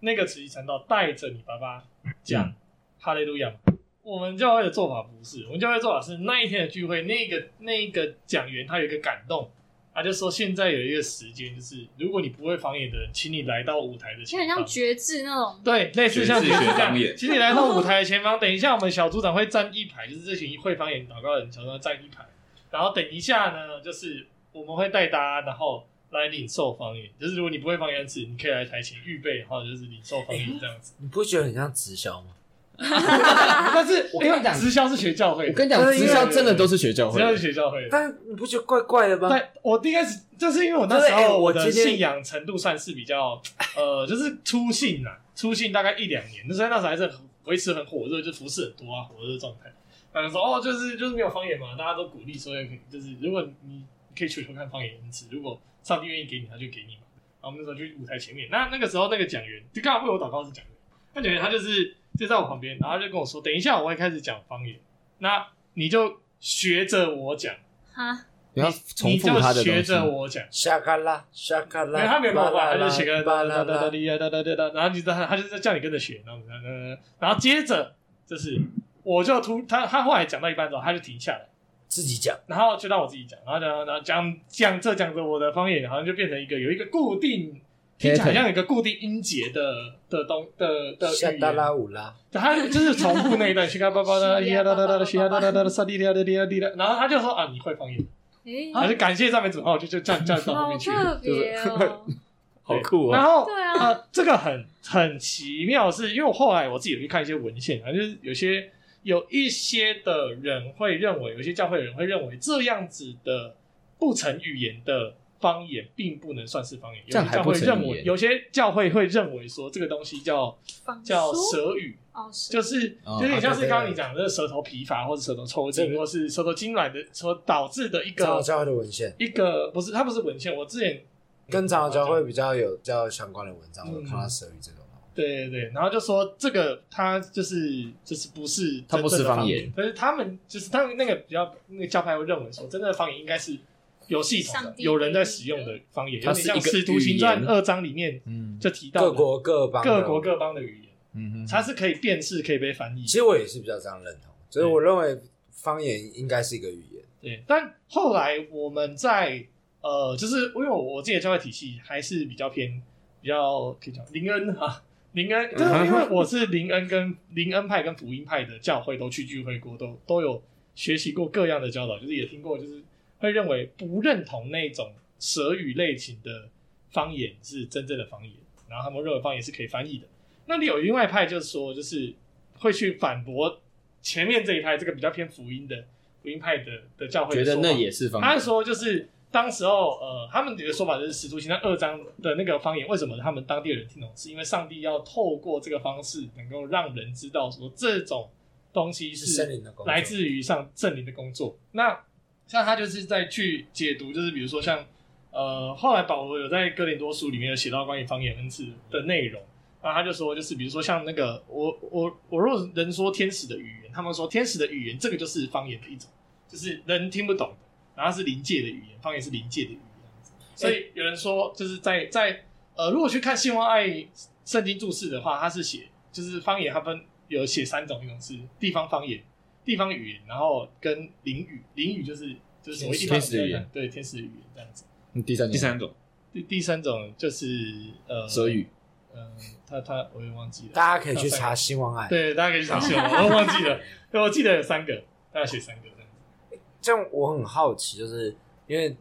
S1: 那个慈禧传道带着你爸爸讲哈利路亚嘛。我们教会的做法不是，我们教会做法是那一天的聚会，那个那一个讲员他有一个感动，他就说现在有一个时间，就是如果你不会方言的人，请你来到舞台的
S2: 就
S1: 前
S2: 很像
S1: 方。
S2: 绝志那种，
S1: 对，类似像
S3: 学
S1: 这
S3: 士学
S1: 样
S3: 方言，
S1: 请你来到舞台的前方。等一下，我们小组长会站一排，就是这群会方言祷告的人，小组长站一排。然后等一下呢，就是我们会带大家，然后来领受方言。就是如果你不会方言词，你可以来台前预备，然后就是领受方言这样子。
S5: 你不觉得很像直销吗？
S1: 啊
S7: 但是我跟你讲，
S1: 直销是学教会
S7: 我
S1: 的，
S7: 跟你讲，
S5: 但是因
S7: 直
S5: 为
S7: 销真的都是学教
S1: 直
S7: 会的
S1: 销是学教会的。
S5: 但你不觉得怪怪的吗？
S1: 但我一开始就是因为我那时
S5: 就是哎
S1: 候
S5: 我
S1: 我的
S5: 今天
S1: 信仰程度算是比较呃，就是初信呐、初信大概一两年，那时候那时候还是很维持很火热，就服饰很多啊，火热状态。大家说哦，就是就是没有方言嘛，大家都鼓励说，可以就是如果你可以求求看方言恩赐，如果上帝愿意给你，他就给你嘛。然后我们那时候去舞台前面，那那个时候那个讲员就刚好为我祷告是讲员，那讲员他就是就在我旁边，然后他就跟我说，等一下我会开始讲方言，那你就学着我讲。
S2: 哈，
S7: 不要重
S1: 你
S7: 复
S1: 就
S7: 他的
S1: 学
S7: 东西。
S1: 着我讲，
S5: 下卡拉，下卡
S1: 因
S5: 拉，
S1: 为他没有办法，他就写个哒
S5: 巴拉
S1: 哒哒哒
S5: 拉，
S1: 滴哒哒哒哒哒，然后你就他就是叫你跟着学，然后呃然后接着就是我就突他他后来讲到一半之后，他就停下来，
S5: 自己讲，
S1: 然后就让我自己讲，然后然后然后讲讲这讲着我的方言，好像就变成一个有一个固定。听起来好像有一个固定音节的的东的的
S5: 下
S1: 语
S5: 达
S1: 言，
S5: 拉五拉，
S1: 他就是重复那一段， [LAUGHS] 啊去嘎巴巴哒哎哒哒哒哒啊哒哒哒哒哒哒哒哒哒哒，然后他就说啊，你会方言，
S2: 诶，
S1: 还是感谢上面主，然后哦就就站站到后
S2: 哎好
S1: 面去，
S2: 特别哦，
S1: 好
S7: 酷哦
S1: 然！后
S2: 对啊
S1: 呃，这个很很奇妙是，因为我后来我自己有去看一些文献啊，就是有些有一些的人会认为，有些教会的人会认为这样子的不成语言的方言并不能算是方言，
S7: 这
S1: 有
S7: 样
S1: 些
S7: 还
S1: 教
S7: 不
S1: 会
S7: 成
S1: 认
S7: 语
S1: 为
S7: 言
S1: 有些教会会认为说这个东西叫
S2: 放
S1: 叫
S2: 松
S1: 舌语，
S2: 哦，是
S1: 就是
S7: 哦
S1: 有点像
S5: 对
S1: 是
S5: 对
S1: 刚刚
S5: 对
S1: 你讲的舌头疲乏或者舌头抽筋，
S5: 这个
S1: 或是舌头痉挛的所导致的一
S5: 长老
S1: 个
S5: 教会的文献，
S1: 一个不是它不是文献，我之前
S5: 跟长老教会比较有比较相关的文章，我有看到
S1: 嗯
S5: 舌语这种。
S1: 对对对，然后就说这个他就是就是不是
S7: 他不是
S1: 真正的
S7: 方言
S1: 言，但是他们就是他们那个比较那个教派会认为说，真正的方言应该是有系统的
S2: 上，帝
S1: 有人在使用的方言，有
S7: 它
S1: 点
S7: 是
S1: 像
S7: 一
S1: 《
S7: 个
S1: 使徒行
S7: 语
S1: 传》
S7: 言
S1: 二章里面
S7: 嗯
S1: 就提到
S5: 各
S1: 的
S5: 国各邦的，
S1: 各国各邦的语言，
S7: 嗯
S1: 它是可以辨识、可以被翻译
S5: 其。实我也是比较这样认同，所以我认为方言应该是一个语言。
S1: 对，但后来我们在呃，就是因为我我自己的教会体系还是比较偏比较可以讲林恩啊， [LAUGHS] 林恩，就是因为我是林恩跟 [LAUGHS] 林恩派跟福音派的教会都去聚会过，都都有学习过各样的教导，就是也听过，就是会认为不认同那种舌语类型的方言是真正的方言，然后他们认为方言是可以翻译的。那里有另外一派就是说，就是会去反驳前面这一派，这个比较偏福音的福音派的的教会
S7: 觉
S1: 的
S7: 得
S1: 说法
S7: 那也是方
S1: 他
S7: 言
S1: 是说就是当时候呃，他们有一个说法就是《使徒行传》二章的那个方言，为什么他们当地人听懂？是因为上帝要透过这个方式，能够让人知道说这种东西
S5: 是圣灵的工作
S1: 来自于上圣灵的工作。那像他就是在去解读，就是比如说像呃，后来保罗有在哥林多书里面有写到关于方言恩赐的内容。然后他就说，就是比如说像那个我我我若人说天使的语言，他们说天使的语言这个就是方言的一种，就是人听不懂的，然后是临界的语言，方言是临界的语言。所以有人说，就是在在呃，如果去看《信望爱圣经注释》的话，它是写就是方言，它分有写三种，一种是地方方言、地方语言，然后跟邻语，邻语就是就是所谓地方
S7: 天使语言，
S1: 对天使语言这样子。
S7: 嗯第三
S3: 第三种
S1: 第第三种就是呃
S7: 舌语，
S1: 嗯，他他我也忘记了，
S5: 大家可以去查希望
S1: [LAUGHS]
S5: 爱，
S1: 对，大家可以去尝试，
S5: [LAUGHS]
S1: 我都忘记了，对我记得有三个，大家写三个这样子。
S5: 这样我很好奇，就是因为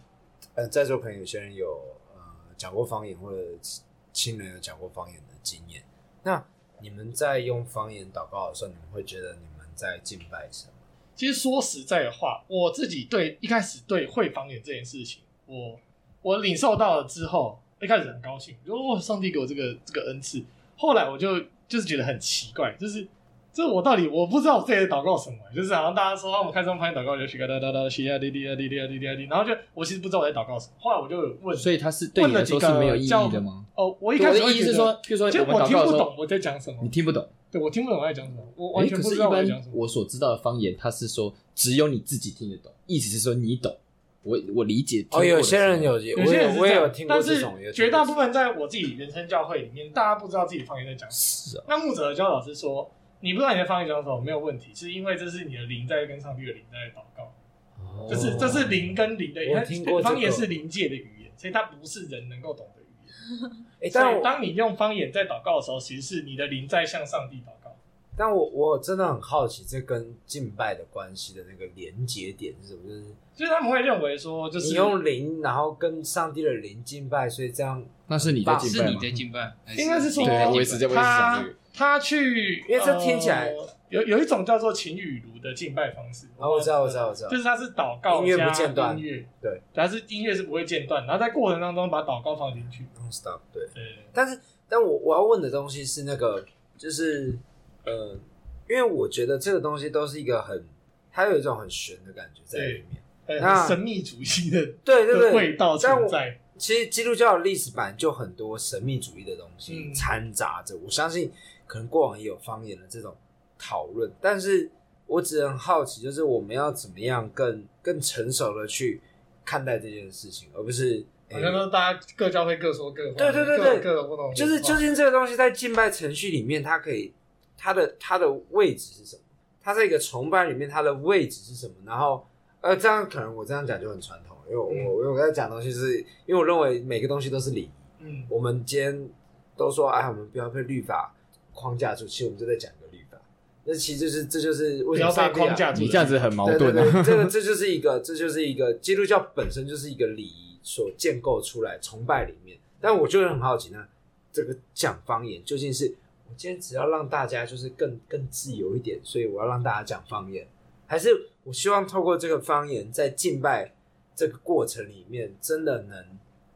S5: 呃，在座可能有些人有呃讲过方言，或者亲亲人有讲过方言的经验。那你们在用方言祷告的时候，你们会觉得你们在敬拜什么？
S1: 其实说实在的话，我自己对一开始对会方言这件事情，我我领受到了之后，一开始很高兴，就哦，上帝给我这个这个恩赐。后来我就就是觉得很奇怪，就是这我到底我不知道我自己在祷告什么，就是好像大家说啊我们开张方言祷告，我就去哒哒哒哒，去啊滴滴啊滴滴啊滴滴啊滴，然后就我其实不知道我在祷告什么。后来我就有问，
S7: 所以它是对你来说是没有意义的吗？
S1: 哦，我
S7: 我
S1: 一开始
S7: 的
S1: 会
S7: 意
S1: 觉
S7: 思
S1: 得
S7: 是说，，譬如说
S1: 就
S7: 我们
S1: 我
S7: 祷
S1: 听
S7: 告的
S1: 不
S7: 时
S1: 懂
S7: 候，
S1: 我在讲什么
S7: 你，听不懂，
S1: 对我听不懂我在讲什么，我完
S7: 哎，
S1: 全
S7: 可
S1: 不
S7: 是
S1: 知
S7: 一
S1: 道我在讲
S7: 般
S1: 什么。
S7: 我所知道的方言，它是说只有你自己听得懂，意思是说你懂，我我理解。听过
S5: 哦，
S7: 的
S5: 有些人
S7: 是
S5: 有，我
S1: 有些人
S5: 也
S1: 是这
S5: 我也
S1: 样
S5: 有听过这种，
S1: 但
S5: 也有
S1: 是
S5: 听
S1: 绝
S5: 过
S1: 大部分在我自己原生教会里面，大家不知道自己方言在讲什
S7: 啊
S1: 么。那牧者教老师说，你不知道你的方言讲什么没有问题，是因为这是你的灵在跟上帝的灵在祷告，
S5: 哦
S1: 就是这是灵跟灵的，
S5: 我听过这个
S1: 方言是灵界的语言，所以它不是人能够懂的语言。
S5: 诶但
S1: 但
S5: 我
S1: 当你用方言在祷告的时候，其实是你的灵在向上帝祷告。
S5: 但我我真的很好奇，这跟敬拜的关系的那个连结点是什么？就是
S1: 就是他们会认为说，就是
S5: 你用灵，然后跟上帝的灵敬拜，所以这样，
S7: 那是你在敬
S6: 是
S7: 拜
S6: 你
S7: 吗？
S6: 在敬拜，还
S1: 应该是说
S6: 你
S7: 对，
S6: 在敬
S7: 我也
S6: 拜
S7: 是在，我也是
S1: 他
S7: 想这个。
S1: 他去，
S5: 因为这听起来
S1: 呃有有一种叫做秦雨茹的敬拜方式。
S5: 哦，我知道，我知道，我知道
S1: 就，是它是祷告
S5: 音乐
S1: 加
S5: 不间断
S1: 音乐，
S5: 对，
S1: 但是音乐是不会间断，然后在过程当中把祷告放进去。
S5: non stop 对。
S1: 对，
S5: 但是，但我我要问的东西是那个，就是呃，因为我觉得这个东西都是一个很，它有一种很玄的感觉在里面。那
S1: 呃，神秘主义的
S5: 对对
S1: 的
S5: 对，
S1: 味道
S5: 但
S1: 存
S5: 我
S1: 在。
S5: 其实基督教的历史版就很多神秘主义的东西
S1: 嗯
S5: 掺杂着，我相信可能过往也有方言的这种讨论，但是我只很好奇，就是我们要怎么样更更成熟的去看待这件事情，而不是、
S1: 好
S5: 诶
S1: 像说大家各教会各说各话，
S5: 对对对对
S1: 各有各有不同的文化，
S5: 就是究竟这个东西在敬拜程序里面，它可以它的它的位置是什么？它在一个崇拜里面，它的位置是什么？然后呃，这样可能我这样讲就很传统，因为我、
S1: 嗯
S5: 我我在讲的东西是，因为我认为每个东西都是礼仪。
S1: 嗯，
S5: 我们今天都说，哎，我们不要被律法框架住，其实我们就在讲一个律法。那其实就是这就是
S1: 不
S5: 为什
S1: 要
S5: 么
S1: 被
S5: 上帝、
S1: 框
S5: 啊、
S1: 架住。
S7: 你这样子很矛
S5: 对对
S7: 盾
S5: 对，
S7: 啊！
S5: 这个这就是一个这就是一个基督教本身就是一个礼仪所建构出来崇拜里面。但我就很好奇呢，这个讲方言究竟是我今天只要让大家就是更更自由一点，所以我要让大家讲方言，还是我希望透过这个方言在敬拜这个过程里面，真的能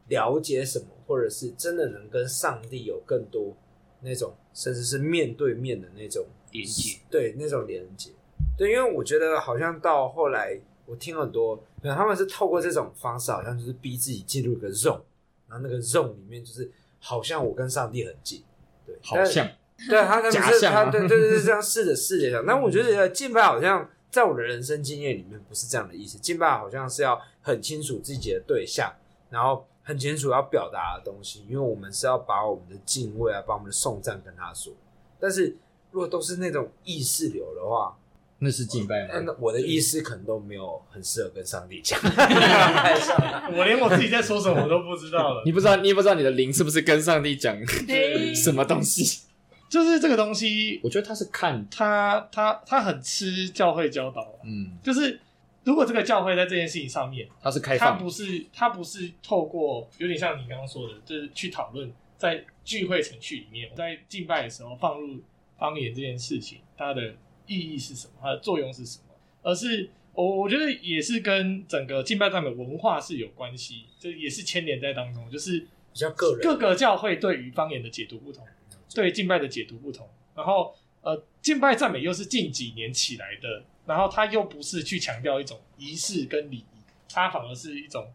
S5: 了解什么，或者是真的能跟上帝有更多那种，甚至是面对面的那种
S6: 连接，
S5: 对那种连接。对，因为我觉得好像到后来，我听很多，可能他们是透过这种方式，好像就是逼自己进入一个 zone，然后那个 zone 里面就是好像我跟上帝很近，对对，
S7: 好
S5: 但
S7: 像
S5: 对他他们
S7: 假
S5: 是
S7: 象
S5: 他
S7: 啊
S5: 对对
S7: [LAUGHS]
S5: 对是这样试着试着想，但我觉得呃敬拜好像在我的人生经验里面不是这样的意思，敬拜好像是要很清楚自己的对象，然后很清楚要表达的东西，因为我们是要把我们的敬畏啊，把我们的颂赞跟他说。但是如果都是那种意识流的话，
S7: 那是敬拜吗？
S5: 那我的意识可能都没有很适合跟上帝讲。 [LAUGHS] 太像了
S1: 我连我自己在说什么我都不知道
S5: [LAUGHS]
S1: 了。
S7: 你不知道，你也不知道你的灵是不是跟上帝讲
S5: 嗯
S2: 嘿
S7: 什么东西？
S1: 就是这个东西，
S7: 我觉得他是看，
S1: 它它它很吃教会教导啊，
S7: 嗯，
S1: 就是如果这个教会在这件事情上面，
S7: 他是开
S1: 它
S7: 放
S1: 不是它不是透过有点像你刚刚说的，就是去讨论在聚会程序里面，在敬拜的时候放入方言这件事情，它的意义是什么，它的作用是什么，而是我我觉得也是跟整个敬拜他们文化是有关系，这也是牵连在当中，就是
S5: 比较个人
S1: 各个教会对于方言的解读不同，对敬拜的解读不同。然后呃，敬拜赞美又是近几年起来的，然后它又不是去强调一种仪式跟礼仪，它反而是一种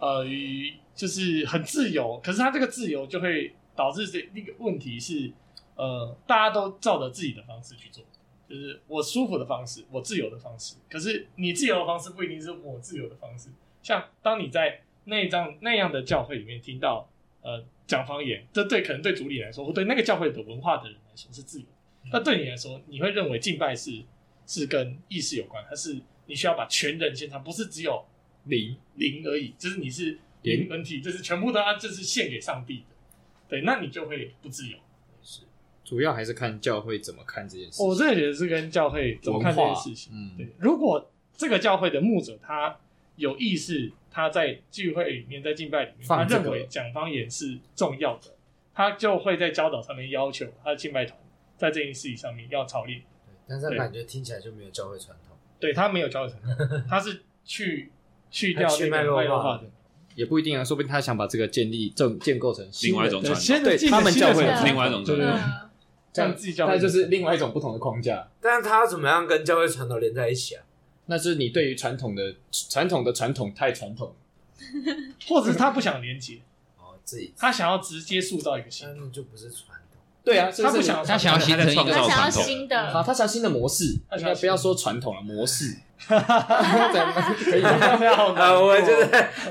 S1: 呃，与就是很自由。可是它这个自由就会导致这一个问题是，呃，大家都照着自己的方式去做。就是我舒服的方式，我自由的方式。可是你自由的方式不一定是我自由的方式。像当你在那张那样的教会里面听到呃讲方言，这对可能对主理来说，或对那个教会的文化的人来说是自由的。那对你来说，你会认为敬拜是是跟意识有关，它是你需要把全人献上，不是只有
S7: 灵，
S1: 灵而已，就是你是灵本体，就是全部都要就是献给上帝的。对，那你就会不自由。
S7: 主要还是看教会怎么看这件事情。
S1: 我真的觉得是跟教会怎么看这件事情。
S7: 嗯，
S1: 对，如果这个教会的牧者他有意识，他在聚会里面，在敬拜里面，他
S7: 放这个
S1: 认为讲方言是重要的，他就会在教导上面要求他的敬拜团在这件事情上面要操练。
S5: 但是
S1: 对
S5: 感觉听起来就没有教会传统。
S1: 对他没有教导成功，他是去去掉
S5: 他去
S1: 那
S5: 脉
S1: 个
S5: 络
S1: 脉络
S5: 化
S1: 化的。
S7: 也不一种啊，说不定他想把这个建立、正建构成新
S3: 另
S7: 的
S3: 外一种
S1: 对
S3: 传
S1: 新
S3: 统，
S1: 的
S7: 对
S1: 新的
S7: 他们
S1: 新的
S7: 教会
S1: 传统
S3: 另外一种传
S1: 对
S3: 统
S1: 对对
S2: 嗯
S1: 这样自己教会
S7: 那就是另外一种不同的框架。
S5: 但是他要怎么样跟教会传统连在一起啊？
S7: 那是你对于传统的传统的传统太传统，
S1: 或者是他不想连接，
S5: 哦，自己
S1: 他想要直接塑造一个新
S7: [LAUGHS]
S5: 那。那就不是传统。
S7: 对啊，是
S1: 他
S7: 是
S1: 不想
S7: 你
S6: 他想要形成一
S3: 他在
S6: 个
S2: 他
S3: 创造
S2: 想要
S3: 传统
S2: 新 [LAUGHS]
S7: 好，
S2: 的，
S7: 他想要新的模式，
S1: 他
S7: 应
S1: 想
S7: 该
S1: 要
S7: 不要说传统了，
S1: [LAUGHS]
S7: 模式可以吗？
S5: [LAUGHS] 啊，
S1: 啊 [LAUGHS]
S5: 我就是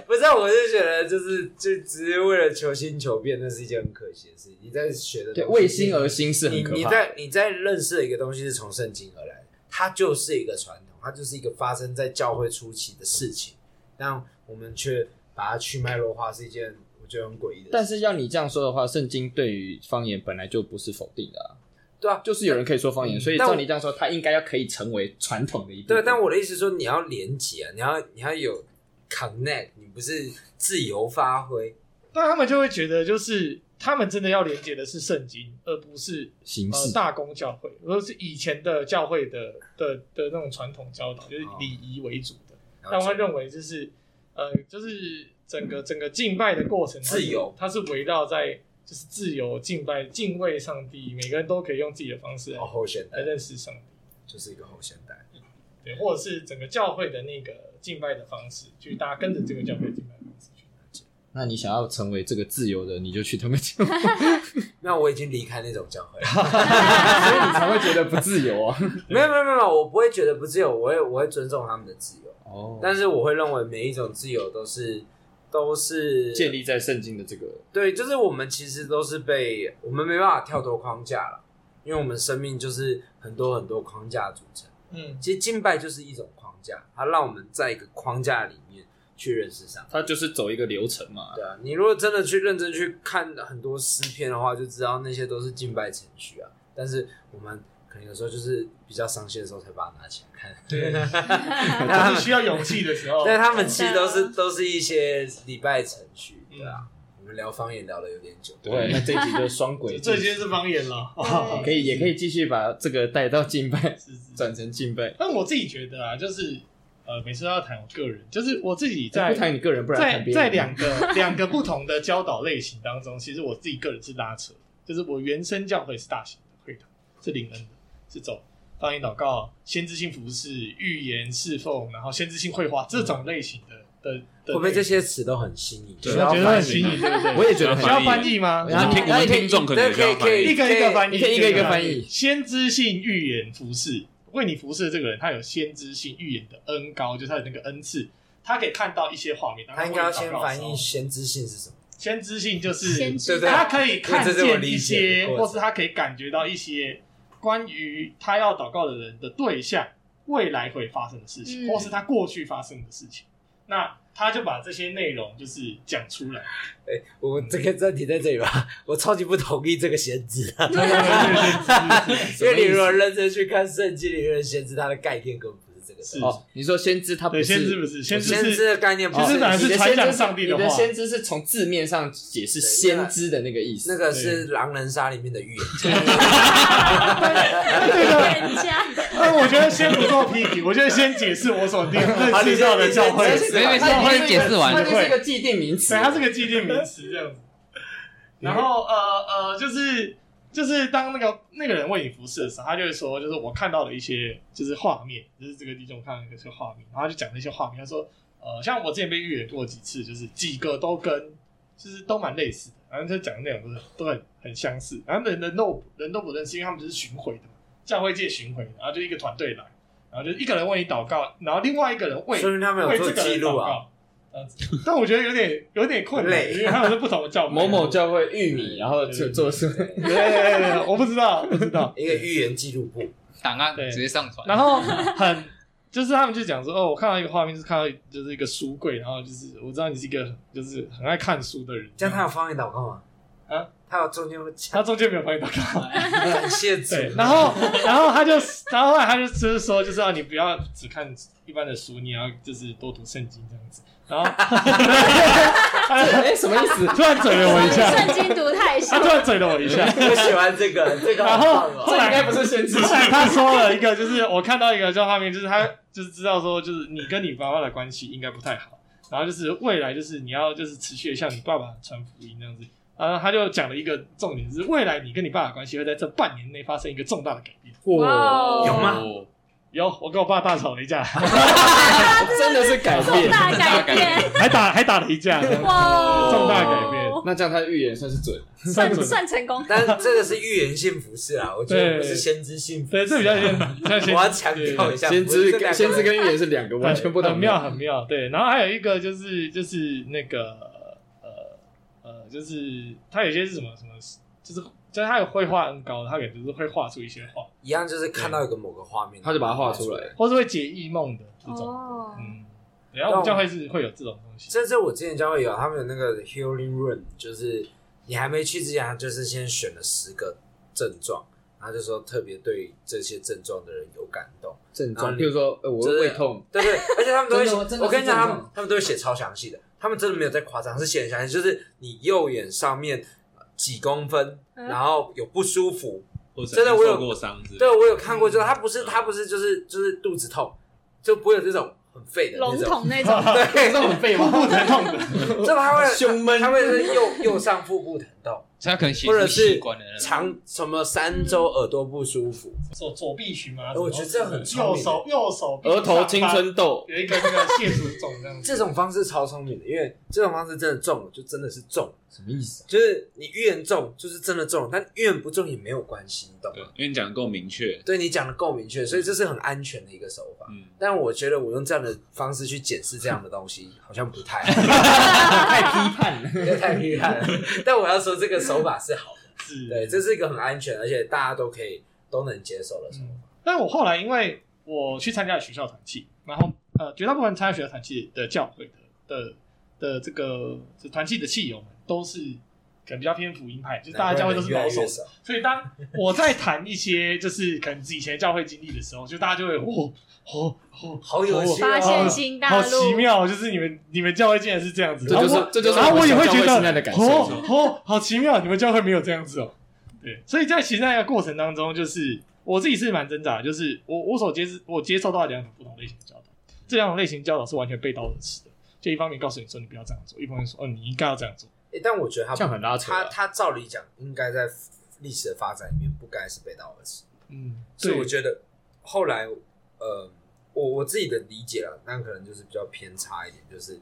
S5: 不是啊，我是觉得就是就只是为了求新求变，那是一件很可惜的事情。你在学的
S7: 对，
S5: 东西
S7: 为新而新是很
S5: 你
S7: 可
S5: 你
S7: 怕的。
S5: 在你在认识的一个东西是从圣经而来的，它就是一个传统，它就是一个发生在教会初期的事情，但我们却把它去脉络化，是一件我觉得很诡异的事。
S7: 但是要你这样说的话，圣经对于方言本来就不是否定的、啊，
S5: 对啊，
S7: 就是有人可以说方言，所以
S5: 但我
S7: 照你这样说，他应该要可以成为传统的一部分。
S5: 对，啊但我的意思说，你要连接啊，你要你要有 connect，你不是自由发挥。
S1: 但他们就会觉得，就是他们真的要连接的是圣经，而不是
S7: 形
S1: 呃
S7: 式
S1: 大公教会，或者是以前的教会的的的那种传统教导，
S5: 哦
S1: 就是礼仪为主的。但我会认为就是呃，就是整个整个敬拜的过程，它是
S5: 嗯自由
S1: 它是围绕在就是自由敬拜、敬畏上帝，每个人都可以用自己的方式来
S5: 哦，后现代
S1: 来认识上帝。
S5: 就是一个后现代。
S1: 对，或者是整个教会的那个敬拜的方式，去大家跟着这个教会敬拜的方式去。
S7: 那你想要成为这个自由的，你就去他们教会， [LAUGHS]
S5: 那我已经离开那种教会了， [LAUGHS]
S7: 所以你才会觉得不自由 [LAUGHS] 啊。
S5: 没有没有没有没有，我不会觉得不自由，我会我会尊重他们的自由，
S7: 哦
S5: 但是我会认为每一种自由都是都是
S7: 建立在圣经的这个
S5: 对，就是我们其实都是被我们没办法跳脱框架了，因为我们生命就是很多很多框架组成。 [LAUGHS]
S1: 嗯，
S5: 其实敬拜就是一种框架，它让我们在一个框架里面去认识上帝。
S7: 他就是走一个流程嘛。
S5: 对啊，你如果真的去认真去看很多诗篇的话，就知道那些都是敬拜程序啊。但是我们可能有时候就是比较伤心的时候才把它拿起来看，
S1: 对，就是需要勇气的时
S5: [LAUGHS]
S1: 候。
S5: 但他们其实都是都是一些礼拜程序，对啊。
S1: 嗯
S5: 我们聊方言聊的有点久，
S7: 对，哦那 [LAUGHS] 这一集就双轨
S1: 这
S7: 进
S1: 些
S7: 行，
S1: 是方言了。
S7: 可以也可以继续把这个带到敬拜，
S1: [LAUGHS]
S7: [LAUGHS]
S1: 是是
S7: 转成敬拜。
S1: 但我自己觉得啊，就是呃，每次都要谈我个人，就是我自己在
S7: 不谈你个人，不然
S1: 在
S7: 谈别人。
S1: 在两个 [LAUGHS] 两个不同的教导类型当中，其实我自己个人是拉扯，就是我原生教会是大型的会堂，是灵恩的，是走方言祷告、先知性服饰、预言侍奉，然后先知性绘画这种类型的的，
S5: 会不会这些词都很新颖？
S3: 对
S5: 需要
S1: 觉得
S5: 翻
S1: 很
S5: 译
S1: 新颖，对不对？
S7: 我也觉得
S3: 很
S1: 需要翻译吗？
S3: 然后
S7: 我们听
S5: 然后
S3: 我们
S5: 你可以
S3: 听众可能也需要
S5: 对可以可以
S1: 一个
S3: 翻译
S1: 一个翻译，
S7: 你可以一个一个翻译
S1: 先知性预言服侍，为你服侍的这个人，他有先知性预言的恩高，就是他的那个恩赐，他可以看到一些画面。当
S5: 他应该要先翻
S1: 祷告
S5: 译
S1: 的时候
S5: 先知性是什么？
S1: 先知性就是
S2: 先知
S5: 对对
S1: 他可以看
S5: 这是我
S1: 见一
S5: 理解
S1: 些，
S5: 的过
S1: 或
S5: 程
S1: 是他可以感觉到一些关于他要祷告的人的对象未来会发生的事情，
S2: 嗯
S1: 或是他过去发生的事情。那他就把这些内容就是讲出
S5: [LAUGHS]
S1: 来，
S5: 哎、我们这个暂停在这里吧。我超级不同意这个先知啊，因为你如果认真去看圣经里面的先知，他的概念根本不是这个。
S1: 是
S7: 哦，你说先知他
S1: [LAUGHS]
S7: 不
S1: 对，
S7: 是
S1: 先知不是先
S5: 先
S1: 知
S5: 知
S1: 是
S5: 的概念不
S1: 哦
S5: 是
S1: 先知哪
S7: 你
S1: 是
S7: 的
S1: 传
S7: 先
S1: 讲
S7: 知
S1: 上帝的
S7: 你的
S1: 话
S7: 先知是从字面上解释
S5: 对
S7: 先知的那个意思。
S5: 那个是狼人杀里面的预言家，
S1: [LAUGHS]
S2: 人家
S1: [LAUGHS] 那我觉得先不做批评，我觉得先解释我所定认识到的教会，
S5: 好你先你
S1: 对，
S5: 先
S6: 没事
S7: 它
S6: 我帮你解释完
S7: 它就是一个既定名词。
S1: 它是个既定名词这样
S7: [LAUGHS]
S1: 子。然后呃呃，就是就是当那个那个人为你服侍的时候，他就会说，就是我看到了一些就是画面，就是这个弟兄看到一些画面，然后他就讲那些画面，他说呃，像我之前被预言过几次，就是几个都跟就是都蛮类似的，反正就讲的内容都很都很很相似，然后人人都人都不认识，因为他们就是巡回的嘛，教会界巡回，然后就一个团队来，然后就一个人为你祷告，然后另外一个人为
S5: [LAUGHS] 说明他们有
S1: 为
S5: 做
S1: 这个
S5: 记
S1: 人祷
S5: 录啊。
S1: 告。这样子 [LAUGHS] 但我觉得有点有点困难，
S5: 累
S1: 因为他们是不同的教派
S7: 某某教会玉米，然后就做出
S1: 对对对对我不知道，不知道。
S5: [LAUGHS] 一个预言记录簿，
S6: 档案
S1: 对
S6: 直接上传。
S1: 然后很就是他们就讲说，哦，我看到一个画面，就是看到就是一个书柜，然后就是我知道你是一个就是很爱看书的人，
S5: 这样他有方言祷告吗？
S1: 啊，
S5: 他有中间会
S1: 他中间没有帮你打卡。
S5: [LAUGHS] 感谢主，
S1: 对，然后然后他就，然后后来他就就是说，就是啊，你不要只看一般的书，你要就是多读圣经这样子。然
S7: [LAUGHS]
S1: 后
S7: 哎什么意思？
S1: [LAUGHS] 突然嘴了我一
S7: [LAUGHS]
S1: 下，
S2: 圣经读太
S1: 他
S2: 少
S1: 突，然嘴了我一下。
S5: [LAUGHS] 我喜欢这个，这个
S1: 然
S5: 好
S1: 后
S5: 棒
S1: 后
S5: 哦。
S1: 来
S7: 应该不是先知
S1: 后来他说了一个，就是我看到一个叫画面，就是他就是知道说，就是你跟你爸爸的关系应该不太好，然后就是未来就是你要就是持续的向你爸爸传福音这样子。然后他就讲了一个重点，就是未来你跟你爸爸的关系会在这半年内发生一个重大的改变。
S2: 哇哦
S5: 有吗？
S1: 有，我跟我爸大吵了一架，
S7: 真的是改
S2: 重
S7: 变。
S2: 大改变，
S1: 还打还打了一架，这样
S2: 哇，哦
S1: 重大改变
S7: 那这样他的预言算是准的。
S1: 算
S2: 算
S1: 准。
S2: 算成功，
S5: 但这个是预言性服饰啊，我觉
S1: 对
S5: 得不是先知性服饰。啊
S1: 对，这比较先，比较先
S5: [LAUGHS] 我要强调一下，
S7: 先
S5: 不
S7: 知
S5: 是这两
S7: 跟
S5: 个
S7: 先知跟预言是两个完全不同的
S1: 很妙，很妙。对，然后还有一个就是就是那个呃呃，就是他有些是什么什么，就是就是他有绘画很高，他可能就是会画出一些画，
S5: 一样，就是看到一个某个画面，
S7: 他就把它画出。来。
S1: 或是会解异梦的这种。
S2: 哦，
S1: 嗯，然后我们教会是会有这种东西。
S5: 这是我之前教会有，他们有那个 healing room，就是你还没去之前，他就是先选了十个症状，然后就说特别对这些症状的人有感动，
S7: 症
S5: 然后
S7: 状，
S5: 你
S7: 譬如说，呃我
S5: 真的
S7: 胃痛，
S5: 对不对？而且他们都会
S7: 真的真
S5: 写，
S7: 的
S5: 我跟你讲，他
S7: 是这
S5: 们
S7: 样
S5: 他们都会写超详细的，他们真的没有在夸张，是写很详细，就是你右眼上面呃几公分，
S2: 嗯
S5: 然后有不舒服，
S3: 或者
S5: 真的我有
S3: 受过伤之类的
S5: 对，我有看过，就是他不是他不是就是就是肚子痛，就不会有这种很废的
S2: 笼
S5: 那种，
S2: 统那种，
S5: 对，
S7: 这很废吗？
S1: 不疼痛的，
S5: 就他会
S7: 胸闷
S5: 他会是右右上腹部疼痛，
S6: 所以他可能写
S5: 或者
S6: 出
S5: 是
S6: 器官的那种。
S5: 长什么三周耳朵不舒服，
S1: [LAUGHS] 左左臂荨麻，
S5: 哎我觉得这很聪
S1: 右
S5: 明欸
S1: 手右手臂
S7: 额头
S1: 上
S7: 青
S1: 方
S7: 春痘，
S1: 有一个那个蟹足肿这样子。
S5: 这种方式超聪明的，因为这种方式真的中了，就真的是中了，
S7: 什么意思？
S5: 就是你预言中就是真的中了，但预言不中也没有关系，你懂
S3: 对
S5: 吗？，
S3: 因为你讲的够明确，
S5: 对你讲的够明确，所以这是很安全的一个手法。
S3: 嗯，
S5: 但我觉得我用这样的方式去检视这样的东西，好像不太好。 [LAUGHS]
S1: 哦
S7: 太批判了。
S5: 这太厉害了。但我要说，这个手法是好的，
S1: 是
S5: 对，这是一个很安全，而且大家都可以都能接受的手
S1: 嗯
S5: 法。，
S1: 但我后来因为我去参加了学校团契，然后呃，绝大部分参加学校团契的教会的的的这个就团契的契友们都是可能比较偏福音派，就是大家教会都是保守
S5: 难怪人越来
S1: 的。
S5: 越少
S1: 所以当我在谈一些就是可能以前教会经历的时候，就大家就会哦哦哦，
S5: 好有趣哦
S1: 哇
S2: 发现新大
S1: 好
S2: 陆，
S1: 奇妙，就是你们你们教会竟然是这样子，
S7: 这就是
S1: 然后我
S7: 这就是
S1: 然后我也会
S7: 我
S1: 觉
S7: 们教会现在
S1: 得
S7: 的感，受
S1: 哦哦，好奇妙，你们教会没有这样子哦。对，所以在其实那个过程当中，就是我自己是蛮挣扎的，就是我我所接我接受到两种不同类型的教导，这两种类型的教导是完全背道而驰的。就一方面告诉你说你不要这样做，一方面说哦你应该要这样做。
S5: 诶但我觉得他
S7: 这样很拉扯
S5: 他
S7: 啊
S5: 他照理讲应该在历史的发展里面不该是背道而驰，
S1: 嗯，
S5: 所以我
S1: 对，
S5: 觉得后来呃，我我自己的理解了，那可能就是比较偏差一点，就是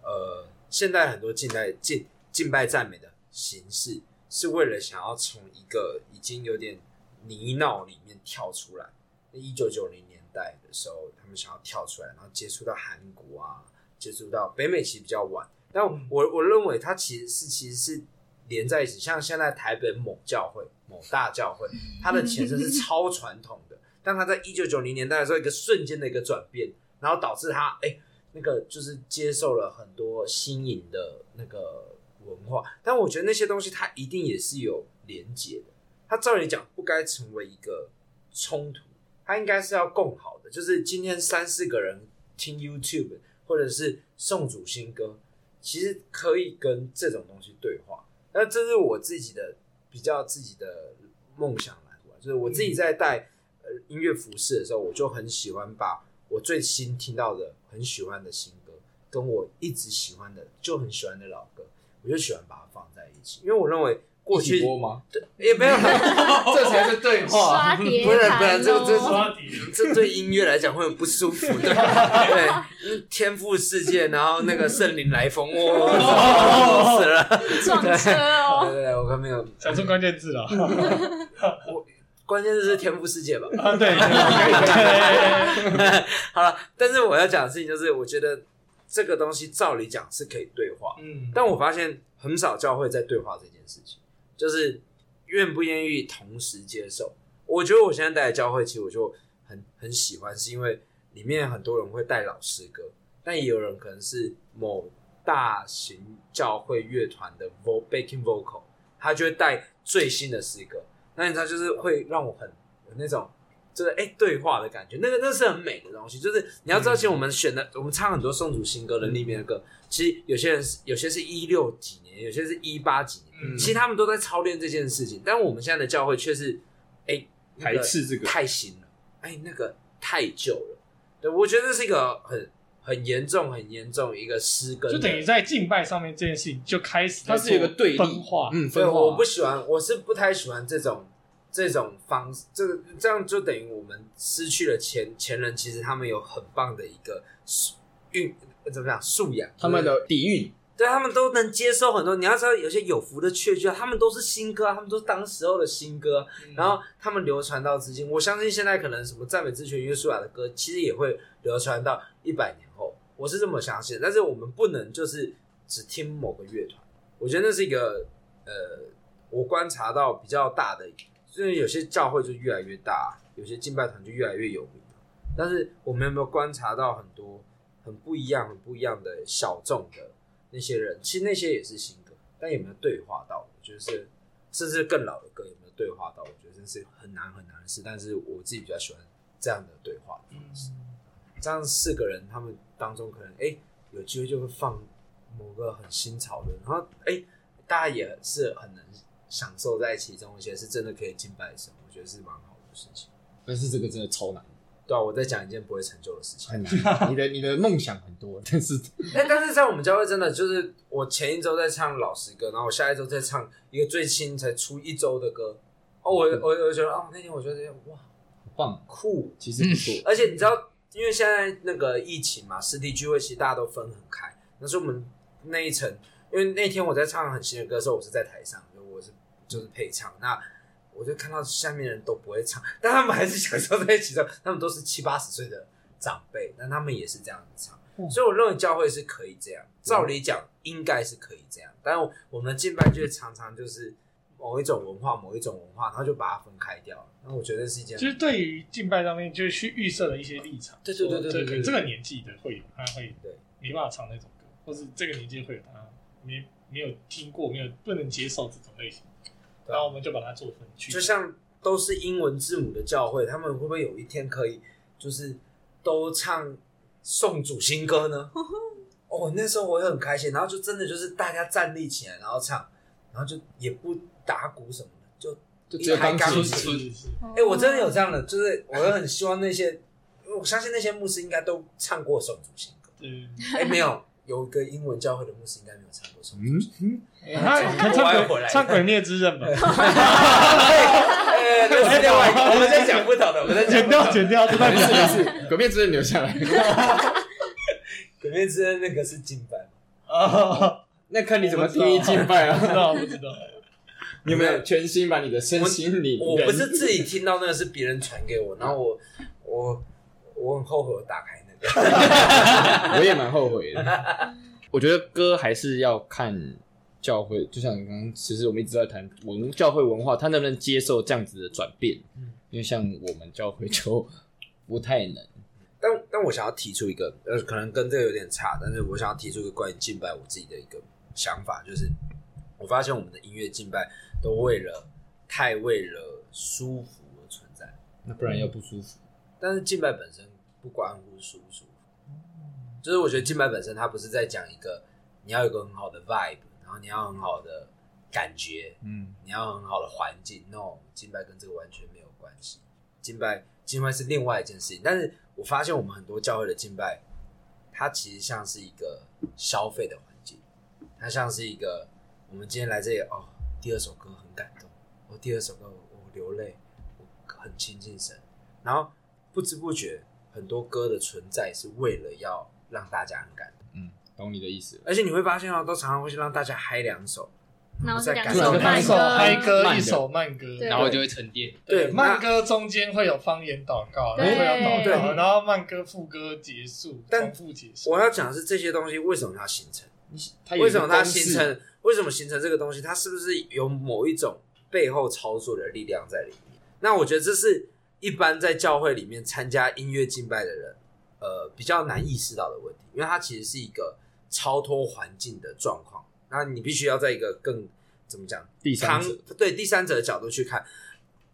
S5: 呃，现在很多近代敬敬拜赞美的形式，是为了想要从一个已经有点泥淖里面跳出来。一九九零年代的时候，他们想要跳出来，然后接触到韩国啊，接触到北美其实比较晚。但我我我认为它其实是其实是连在一起，像现在台北某教会、某大教会，它的前身是超传统的，但它在一九九零年代的时候，一个瞬间的一个转变，然后导致它哎、那个就是接受了很多新颖的那个文化，但我觉得那些东西它一定也是有连结的，它照理讲不该成为一个冲突，它应该是要共好的。就是今天三四个人听 YouTube 或者是宋祖新歌，其实可以跟这种东西对话。那这是我自己的比较自己的梦想来玩，就是我自己在带呃音乐服饰的时候，我就很喜欢把我最新听到的、很喜欢的新歌，跟我一直喜欢的、就很喜欢的老歌，我就喜欢把它放在一起，因为我认为过去
S7: 一起播吗？
S5: 对也没有，这才是对话，
S2: 刷
S5: 不
S2: 碟啊
S5: 然不
S2: 盘
S5: 然这个这
S2: 咯
S5: 这
S1: 刷底，
S5: [LAUGHS] 这对音乐来讲会很不舒服的。对，嗯天赋世界，然后那个圣灵来风，哇、哦，死了。
S2: 撞车
S5: 对
S2: 哦，
S5: 对对，我刚没有，
S1: 讲出关键字了。
S5: 关键是天赋世界吧。
S1: [LAUGHS] 啊，
S5: [LAUGHS]
S1: 对，对
S5: 好了，但是我要讲的事情就是，我觉得这个东西照理讲是可以对话，
S1: 嗯，
S5: 但我发现很少教会在对话这件事情，就是愿不愿意同时接受。我觉得我现在带的教会，其实我就很很喜欢，是因为里面很多人会带老师歌，但也有人可能是某大型教会乐团的 vo backing vocal，他就会带最新的诗歌。那你知道，就是会让我很有那种就是哎、对话的感觉，那个那是很美的东西。就是你要知道，其实我们选的，我们唱很多宋祖新歌的里面的
S7: 嗯
S5: 歌，其实有些人是有些是一六几年，有些是一八几年，
S1: 嗯
S5: 其实他们都在操练这件事情。但我们现在的教会却是哎、那
S7: 排
S5: 个
S7: 斥这个
S5: 太新了，哎、那个太旧了。对，我觉得这是一个很很严重、很严重一个失根的，
S1: 就等于在敬拜上面这件事情就开始，
S7: 它是有一个对立
S1: 分化，
S7: 嗯，
S5: 所以
S7: 分
S5: 我
S7: 化
S5: 不喜欢，我是不太喜欢这种这种方式，这个这样就等于我们失去了前前人，其实他们有很棒的一个素运呃怎么讲素养，
S7: 他们的底蕴，
S5: 对他们都能接受很多。你要知道，有些有福的雀雀，他们都是新歌啊，他们都是当时候的新歌啊，然后他们流传到至今。我相信现在可能什么赞美之泉、约书亚的歌，其实也会流传到一百年后，我是这么相信。但是我们不能就是只听某个乐团，我觉得那是一个呃，我观察到比较大的，就是有些教会就越来越大，有些敬拜团就越来越有名。但是我们有没有观察到很多很不一样、很不一样的小众的那些人？其实那些也是新歌，但有没有对话到？我觉得是，甚至更老的歌有没有对话到？我觉得这是很难很难的事。但是我自己比较喜欢这样的对话的方式。这样四个人他们当中，可能哎、有机会就会放某个很新潮的，然后哎、大家也是很能享受在其中，而且是真的可以敬拜神，我觉得是蛮好的事情。
S7: 但是这个真的超难，
S5: 对啊，我在讲一件不会成就的事情。
S7: 很难。你的你的梦想很多，但是
S5: 哎、但是在我们教会真的就是，我前一周在唱老师歌，然后我下一周在唱一个最新才出一周的歌。哦，我我我觉得哦，那天我觉得哇
S7: 很棒，
S5: 酷，
S7: 其实不错。
S5: 而且你知道，因为现在那个疫情嘛，实体聚会其实大家都分很开。但是我们那一层，因为那天我在唱很新的歌的时候，我是在台上，就我是就是配唱，那我就看到下面的人都不会唱，但他们还是享受在其中。他们都是七八十岁的长辈，但他们也是这样子唱。所以我认为教会是可以这样，照理讲应该是可以这样，但我我们的敬拜就是常常就是某一种文化，某一种文化，然后就把它分开掉了。那我觉得是一件
S1: 就是对于敬拜上面，就是去预设了一些立场。
S5: 对对对
S1: 说
S5: 对对
S1: 可
S5: 对
S1: 能这个年纪的会有，他会
S5: 对
S1: 没办法唱那种歌，或是这个年纪会有他没没有听过，没有不能接受这种类型。
S5: 对啊
S1: 然后我们就把它做分区，
S5: 就像都是英文字母的教会，他们会不会有一天可以就是都唱宋祖新歌呢？哦，那时候我也很开心，然后就真的就是大家站立起来，然后唱，然后就也不打鼓什么的，就
S7: 就只有
S5: 一台
S7: 钢琴
S5: 琴。
S1: 是是
S7: [LAUGHS]
S1: 是，
S5: [LAUGHS] 哎、我真的有这样的，就是我很希望那些，因为我相信那些牧师应该都唱过宋祖新
S1: [LAUGHS]
S5: 歌。 [LAUGHS]
S1: 对，
S5: 哎、没有，有一个英文教会的牧师应该没有唱过宋祖新歌。
S7: 嗯，嗯
S1: 他他
S5: 我要
S1: 唱
S5: 回
S1: 鬼
S5: 来
S1: 唱鬼灭之刃吧，
S5: 哎、那是另外一个，我们在讲不同的，我们在讲
S1: [LAUGHS] 剪
S5: 不同
S1: 掉
S5: 的。
S1: 剪掉，这段
S7: 没 [LAUGHS]
S5: [LAUGHS]
S7: 事没事，鬼面只能留下来。
S5: 鬼灭之刃那个是敬拜吗？
S1: 啊，
S7: 那看你怎么
S1: 我不知
S7: 定
S1: 道
S7: 义敬拜 [LAUGHS]
S1: 不知
S7: 啊？
S1: 道不知道，
S7: 你有没有全心把你的身心灵？
S5: 我不是自己听到那个，是别人传给我，然后我我我很后悔我打开那个。
S7: 我也蛮后悔的。 [LAUGHS] 我觉得歌还是要看教会，就像你刚刚，其实我们一直在谈文教会文化，他能不能接受这样子的转变？因为像我们教会就 [LAUGHS] 不太能。
S5: 但但我想要提出一个，呃，可能跟这个有点差，但是我想要提出一个关于敬拜我自己的一个想法，就是我发现我们的音乐敬拜都为了太为了舒服而存在，
S7: 那不然要不舒服，
S5: 但是敬拜本身不关乎舒不舒服，就是我觉得敬拜本身它不是在讲一个你要有一个很好的 vibe，然后你要很好的感觉，
S3: 嗯，
S5: 你要很好的环境。No，敬拜跟这个完全没有关系。敬拜，敬拜是另外一件事情。但是我发现我们很多教会的敬拜，它其实像是一个消费的环境，它像是一个我们今天来这里哦，第二首歌很感动，我、第二首歌我我流泪，我很亲近神，然后不知不觉很多歌的存在是为了要让大家很感动，
S7: 懂你的意思了。
S5: 而且你会发现哦，都常常会去让大家嗨两首，
S2: 然后是
S5: 再
S2: 两
S5: 感
S2: 首
S5: [LAUGHS] 动
S1: 两
S2: 慢
S1: 首嗨歌，
S7: 慢
S1: 一
S7: 的
S1: 首慢歌，
S2: 对
S6: 然后就会沉淀。
S5: 对
S1: 慢
S5: 那
S1: 歌中间会有方言祷告，然后
S2: 对
S1: 会有祷告，
S5: 对
S1: 然后慢歌副歌结束，
S5: 但
S1: 重复结束。
S5: 我要讲的是这些东西为什么它形成？
S7: 它有
S5: 为
S7: 一
S5: 什
S7: 个
S5: 么它
S7: 公式
S5: 形？成？为什么形成这个东西？它是不是有某一种背后操作的力量在里面？那我觉得这是一般在教会里面参加音乐敬拜的人，呃，比较难意识到的问题，因为它其实是一个超脱环境的状况。那你必须要在一个更怎么讲
S7: 第三
S5: 旁
S7: 者
S5: 对第三者的角度去看，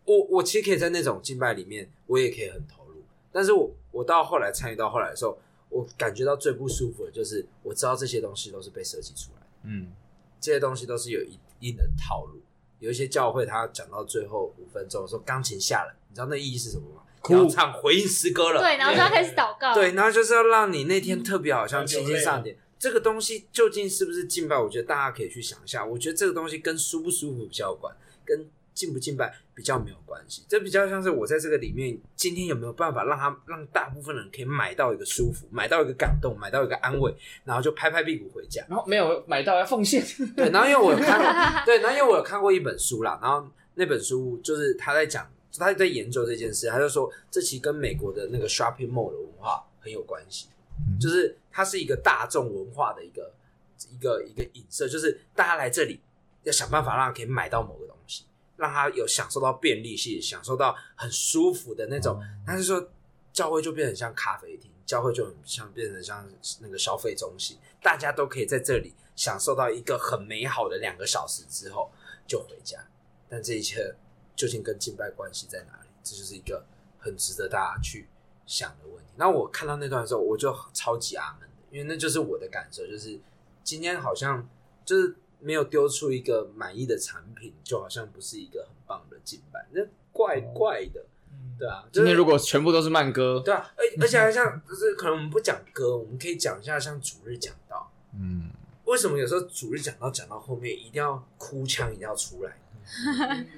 S5: 我我其实可以在那种敬拜里面，我也可以很投入。但是我我到后来参与到后来的时候，我感觉到最不舒服的就是，我知道这些东西都是被设计出来的，
S7: 嗯，
S5: 这些东西都是有一定的套路。有一些教会他讲到最后五分钟的时候，钢琴下了，你知道那意义是什么吗？
S7: 哭
S5: 要唱回应诗歌了，
S2: 哦对，然后就要开始祷告，
S5: 对，然后就是要让你那天特别好像清新上点。这个东西究竟是不是敬拜？我觉得大家可以去想一下。我觉得这个东西跟舒不舒服比较有关，跟敬不敬拜比较没有关系。这比较像是我在这个里面，今天有没有办法让他让大部分人可以买到一个舒服，买到一个感动，买到一个安慰，然后就拍拍屁股回家。
S7: 然后没有买到要奉献，
S5: [LAUGHS] 对，然后因为我有看，对，然后因为我有看过一本书啦，然后那本书就是他在讲，他在研究这件事，他就说这其实跟美国的那个 shopping mall 的文化很有关系，就是它是一个大众文化的一个一个一个影射，就是大家来这里要想办法让他可以买到某个东西，让他有享受到便利性，享受到很舒服的那种。他就说教会就变得很像咖啡厅，教会就很像变成像那个消费中心，大家都可以在这里享受到一个很美好的两个小时之后就回家。但这一切究竟跟敬拜关系在哪里？这就是一个很值得大家去想的问题。那我看到那段的时候，我就超级阿门的，因为那就是我的感受，就是今天好像就是没有丢出一个满意的产品，就好像不是一个很棒的敬拜，那怪怪的，
S1: 嗯
S5: 对啊。就
S7: 哦今
S5: 是
S7: 天如果全部都是慢歌，
S5: 对啊，而而且还像就是可能我们不讲歌，我们可以讲一下像主日讲道，
S3: 嗯，
S5: 为什么有时候主日讲到讲到后面一定要哭腔一定要出来？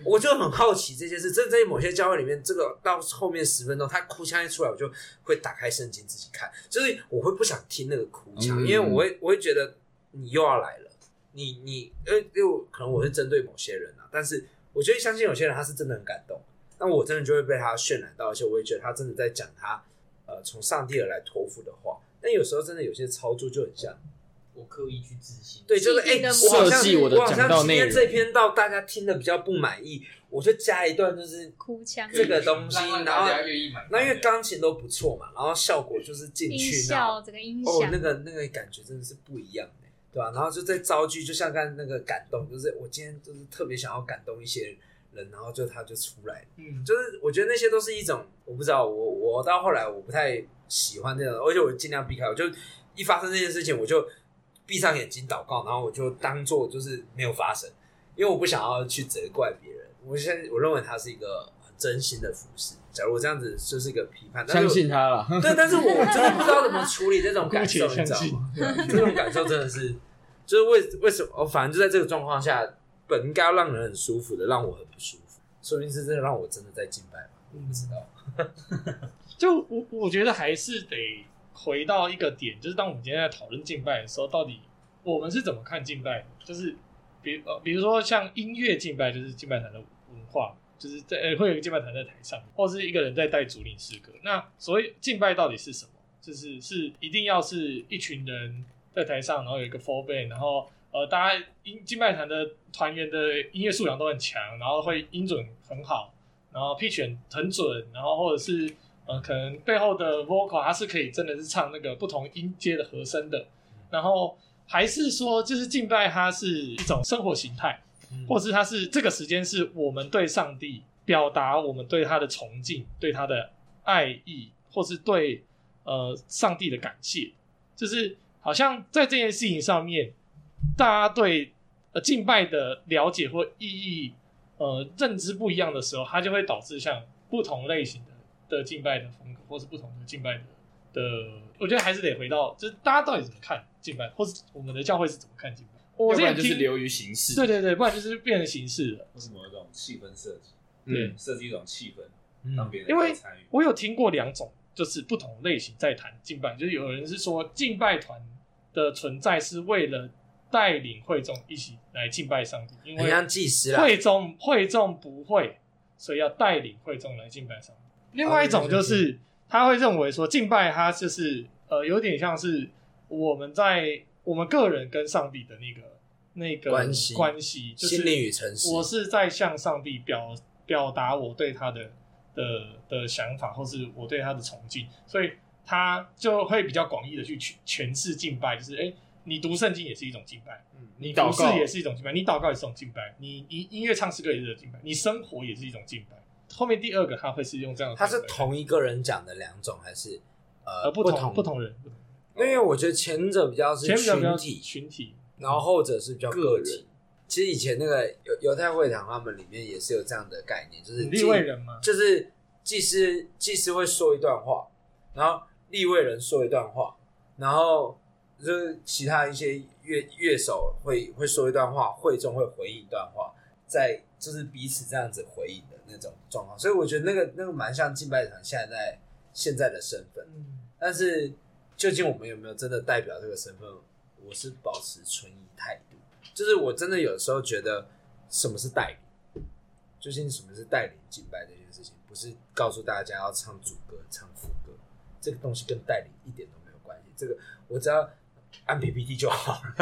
S5: 我就很好奇这件事，这在某些教会里面，这个到后面十分钟，他哭腔一出来，我就会打开圣经自己看，就是我会不想听那个哭
S7: 嗯
S5: 腔，因为我会我会觉得你又要来了，你你因为因为我可能我是针对某些人啊，但是我觉得相信有些人他是真的很感动，那我真的就会被他渲染到，而且我也觉得他真的在讲他呃从上帝而来托付的话，但有时候真的有些操作就很像。
S6: 我刻意去自信，
S5: 对，就是
S2: 既
S5: 哎、
S2: 定的
S5: 我好
S7: 设
S5: 像
S7: 计我的
S5: 好像
S7: 讲道
S5: 今
S7: 内
S5: 天
S7: 容
S5: 这篇到大家听的比较不满意，我就加一段就是
S2: 哭腔，
S5: 这个东西，
S6: 让
S5: 然
S6: 大
S5: 后
S6: 家愿意买。
S5: 那因为钢琴都不错嘛，然后效果就是进
S2: 音
S5: 去那
S2: 效，整个音
S5: 哦，
S2: 响
S5: 那，个那个感觉真的是不一样的、对吧、然后就在造句，就像刚才那个感动，就是我今天就是特别想要感动一些人，然后就他就出来了。
S1: 嗯，
S5: 就是我觉得那些都是一种，我不知道，我我到后来我不太喜欢那种，而且我尽量避开，我就一发生这件事情，我就闭上眼睛祷告，然后我就当做就是没有发生，因为我不想要去责怪别人。我现在我认为它是一个很真心的服饰，假如我这样子就是一个批判，但是
S7: 相
S5: 我
S7: 信他了。
S1: [LAUGHS]
S5: 对，但是我真的不知道怎么处理这种
S1: 姑
S5: 感受，
S1: 且相
S5: 你知道
S1: 信
S5: 吗？。 [LAUGHS] 这种感受真的是，就是为为什么？哦，反正就在这个状况下，本应该要让人很舒服的，让我很不舒服，说明是真的让我真的在敬拜吧，我不知道。
S1: 就我我觉得还是得回到一个点，就是当我们今天在讨论敬拜的时候，到底我们是怎么看敬拜的？就是比呃，比如说像音乐敬拜，就是敬拜团的文化，就是在、呃、会有一个敬拜团在台上，或是一个人在带主领诗歌。那所谓敬拜到底是什么？就是是一定要是一群人在台上，然后有一个 f o r band，然后呃，大家音敬拜团的团员的音乐素养都很强，然后会音准很好，然后 pitch 很很准，然后或者是呃，可能背后的 vocal 它是可以真的是唱那个不同音阶的和声的，然后还是说就是敬拜它是一种生活形态，
S7: 嗯
S1: 嗯
S5: 嗯
S1: 或是它是这个时间是我们对上帝表达我们对他的崇敬、对他的爱意，或是对呃上帝的感谢，就是好像在这件事情上面，大家对呃敬拜的了解或意义呃认知不一样的时候，它就会导致像不同类型的的敬拜的风格，或是不同的敬拜的的，我觉得还是得回到，就是大家到底怎么看敬拜，或是我们的教会是怎么看敬拜。我
S7: 要
S1: 之
S7: 不
S1: 前
S7: 然就是
S1: 听，
S7: 流于形式。
S1: 对对对，不然就是变成形式了。
S3: 为什么有一种气氛设计？
S7: 嗯，
S3: 设计一种气氛，
S5: 嗯
S3: 让别人
S1: 因为
S3: 可以参与。
S1: 我有听过两种，就是不同类型在谈敬拜，就是有人是说敬拜团的存在是为了带领会众一起来敬拜上帝，因
S5: 很
S1: 为
S5: 像祭司啦，
S1: 会众会众不会，所以要带领会众来敬拜上帝。另外一
S5: 哦
S1: 种就是他会认为说敬拜他就是呃有点像是我们在我们个人跟上帝的那个那个
S5: 关系
S1: 关系，就是
S5: 心灵与诚实。
S1: 我是在向上帝表表达我对他的的的想法，或是我对他的崇敬，所以他就会比较广义的去诠诠释敬拜，就是哎、诶你读圣经也是一种敬拜，
S7: 嗯你
S1: 服
S7: 祷
S1: 侍
S7: 告
S1: 也是一种敬拜，你祷告也是一种敬拜，你你音乐唱诗歌也是一种敬拜，你生活也是一种敬拜。后面第二个他会是用这样的
S5: 他
S1: 方式
S5: 是
S1: 来看，
S5: 同一个人讲的两种，还是呃
S1: 呃不
S5: 同
S1: 同不？同人，不同
S5: 因为我觉得前者比较是
S1: 前面比较
S5: 群
S1: 比较
S5: 体，
S1: 群体，
S5: 然后后者是比较
S7: 个
S5: 体
S7: 人。
S5: 其实以前那个犹犹太会堂他们里面也是有这样的概念，就是
S1: 立
S5: 祭
S1: 位人嘛，
S5: 就是祭司祭司会说一段话，然后立位人说一段话，然后就是其他一些乐乐手会会说一段话，会众会回应一段话，在就是彼此这样子回应的那种状况。所以我觉得那个那个蛮像敬拜堂现在在现在的身份，
S1: 嗯，
S5: 但是究竟我们有没有真的代表这个身份，我是保持存疑态度。就是我真的有时候觉得，什么是带领？究竟什么是带领敬拜这件事情？不是告诉大家要唱主歌、唱副歌，这个东西跟带领一点都没有关系。这个我只要按 PPT 就好了，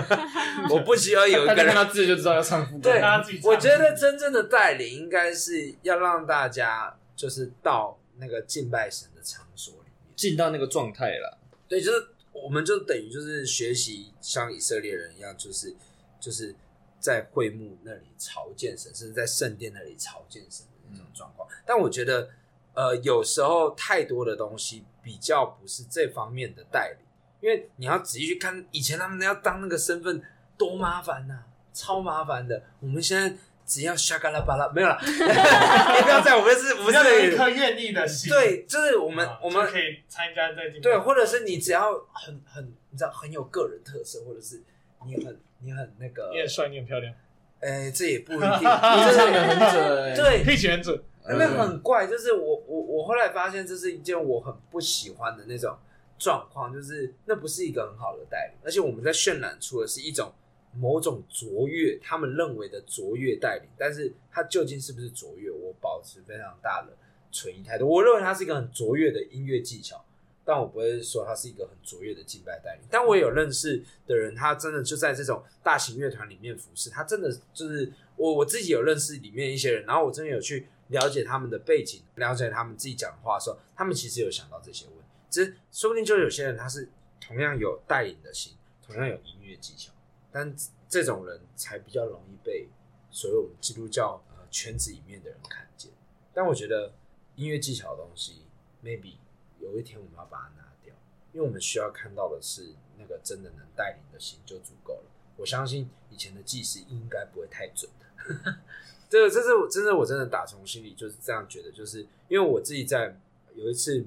S5: 我不需要有一
S7: 大
S5: 个
S7: 家
S5: 人
S7: 看到字就知道要唱副歌。
S5: 对
S1: 大家自己唱
S5: 我觉得真正的带领应该是要让大家就是到那个敬拜神的场所里面。
S7: 进到那个状态了，
S5: 对，就是我们就等于就是学习像以色列人一样，就是就是在会幕那里朝见神，甚至在圣殿那里朝见神的那种
S1: 嗯
S5: 状况。但我觉得，呃，有时候太多的东西比较不是这方面的代理，因为你要仔细去看，以前他们要当那个身份多麻烦呐、超麻烦的。我们现在只要沙嘎拉巴拉没有啦， [LAUGHS] 你不要在我们是，我们
S1: 只要有一
S5: 是
S1: 颗愿意的心，
S5: 对，就是我们
S1: 啊
S5: 我们
S1: 就可以参加在敬拜
S5: 对，或者是你只要很很，你知道很有个人特色，或者是你很你很那个
S1: 你，很帅，你很漂亮，
S5: 哎、这也不
S7: [LAUGHS]
S5: 一定，
S7: 你
S5: 真
S7: 唱的
S5: 的
S7: 很准。嗯
S5: [LAUGHS] 对，
S1: 配选准，
S5: 那很怪，就是我我我后来发现，这是一件我很不喜欢的那种状况，就是那不是一个很好的带领，而且我们在渲染出的是一种某种卓越，他们认为的卓越带领，但是它究竟是不是卓越，我保持非常大的存疑态度。我认为它是一个很卓越的音乐技巧，但我不会说它是一个很卓越的敬拜带领。但我有认识的人，他真的就在这种大型乐团里面服侍，他真的就是我我自己有认识里面一些人，然后我真的有去了解他们的背景，了解他们自己讲的话的时候，他们其实有想到这些问题，只是说不定就有些人他是同样有带领的心，同样有音乐技巧，但这种人才比较容易被所谓我们基督教呃圈子里面的人看见。但我觉得音乐技巧的东西，maybe 有一天我们要把它拿掉，因为我们需要看到的是那个真的能带领的心就足够了。我相信以前的技师应该不会太准的。 [LAUGHS] 对，这是我真的，我真的打从心里就是这样觉得，就是因为我自己在有一次，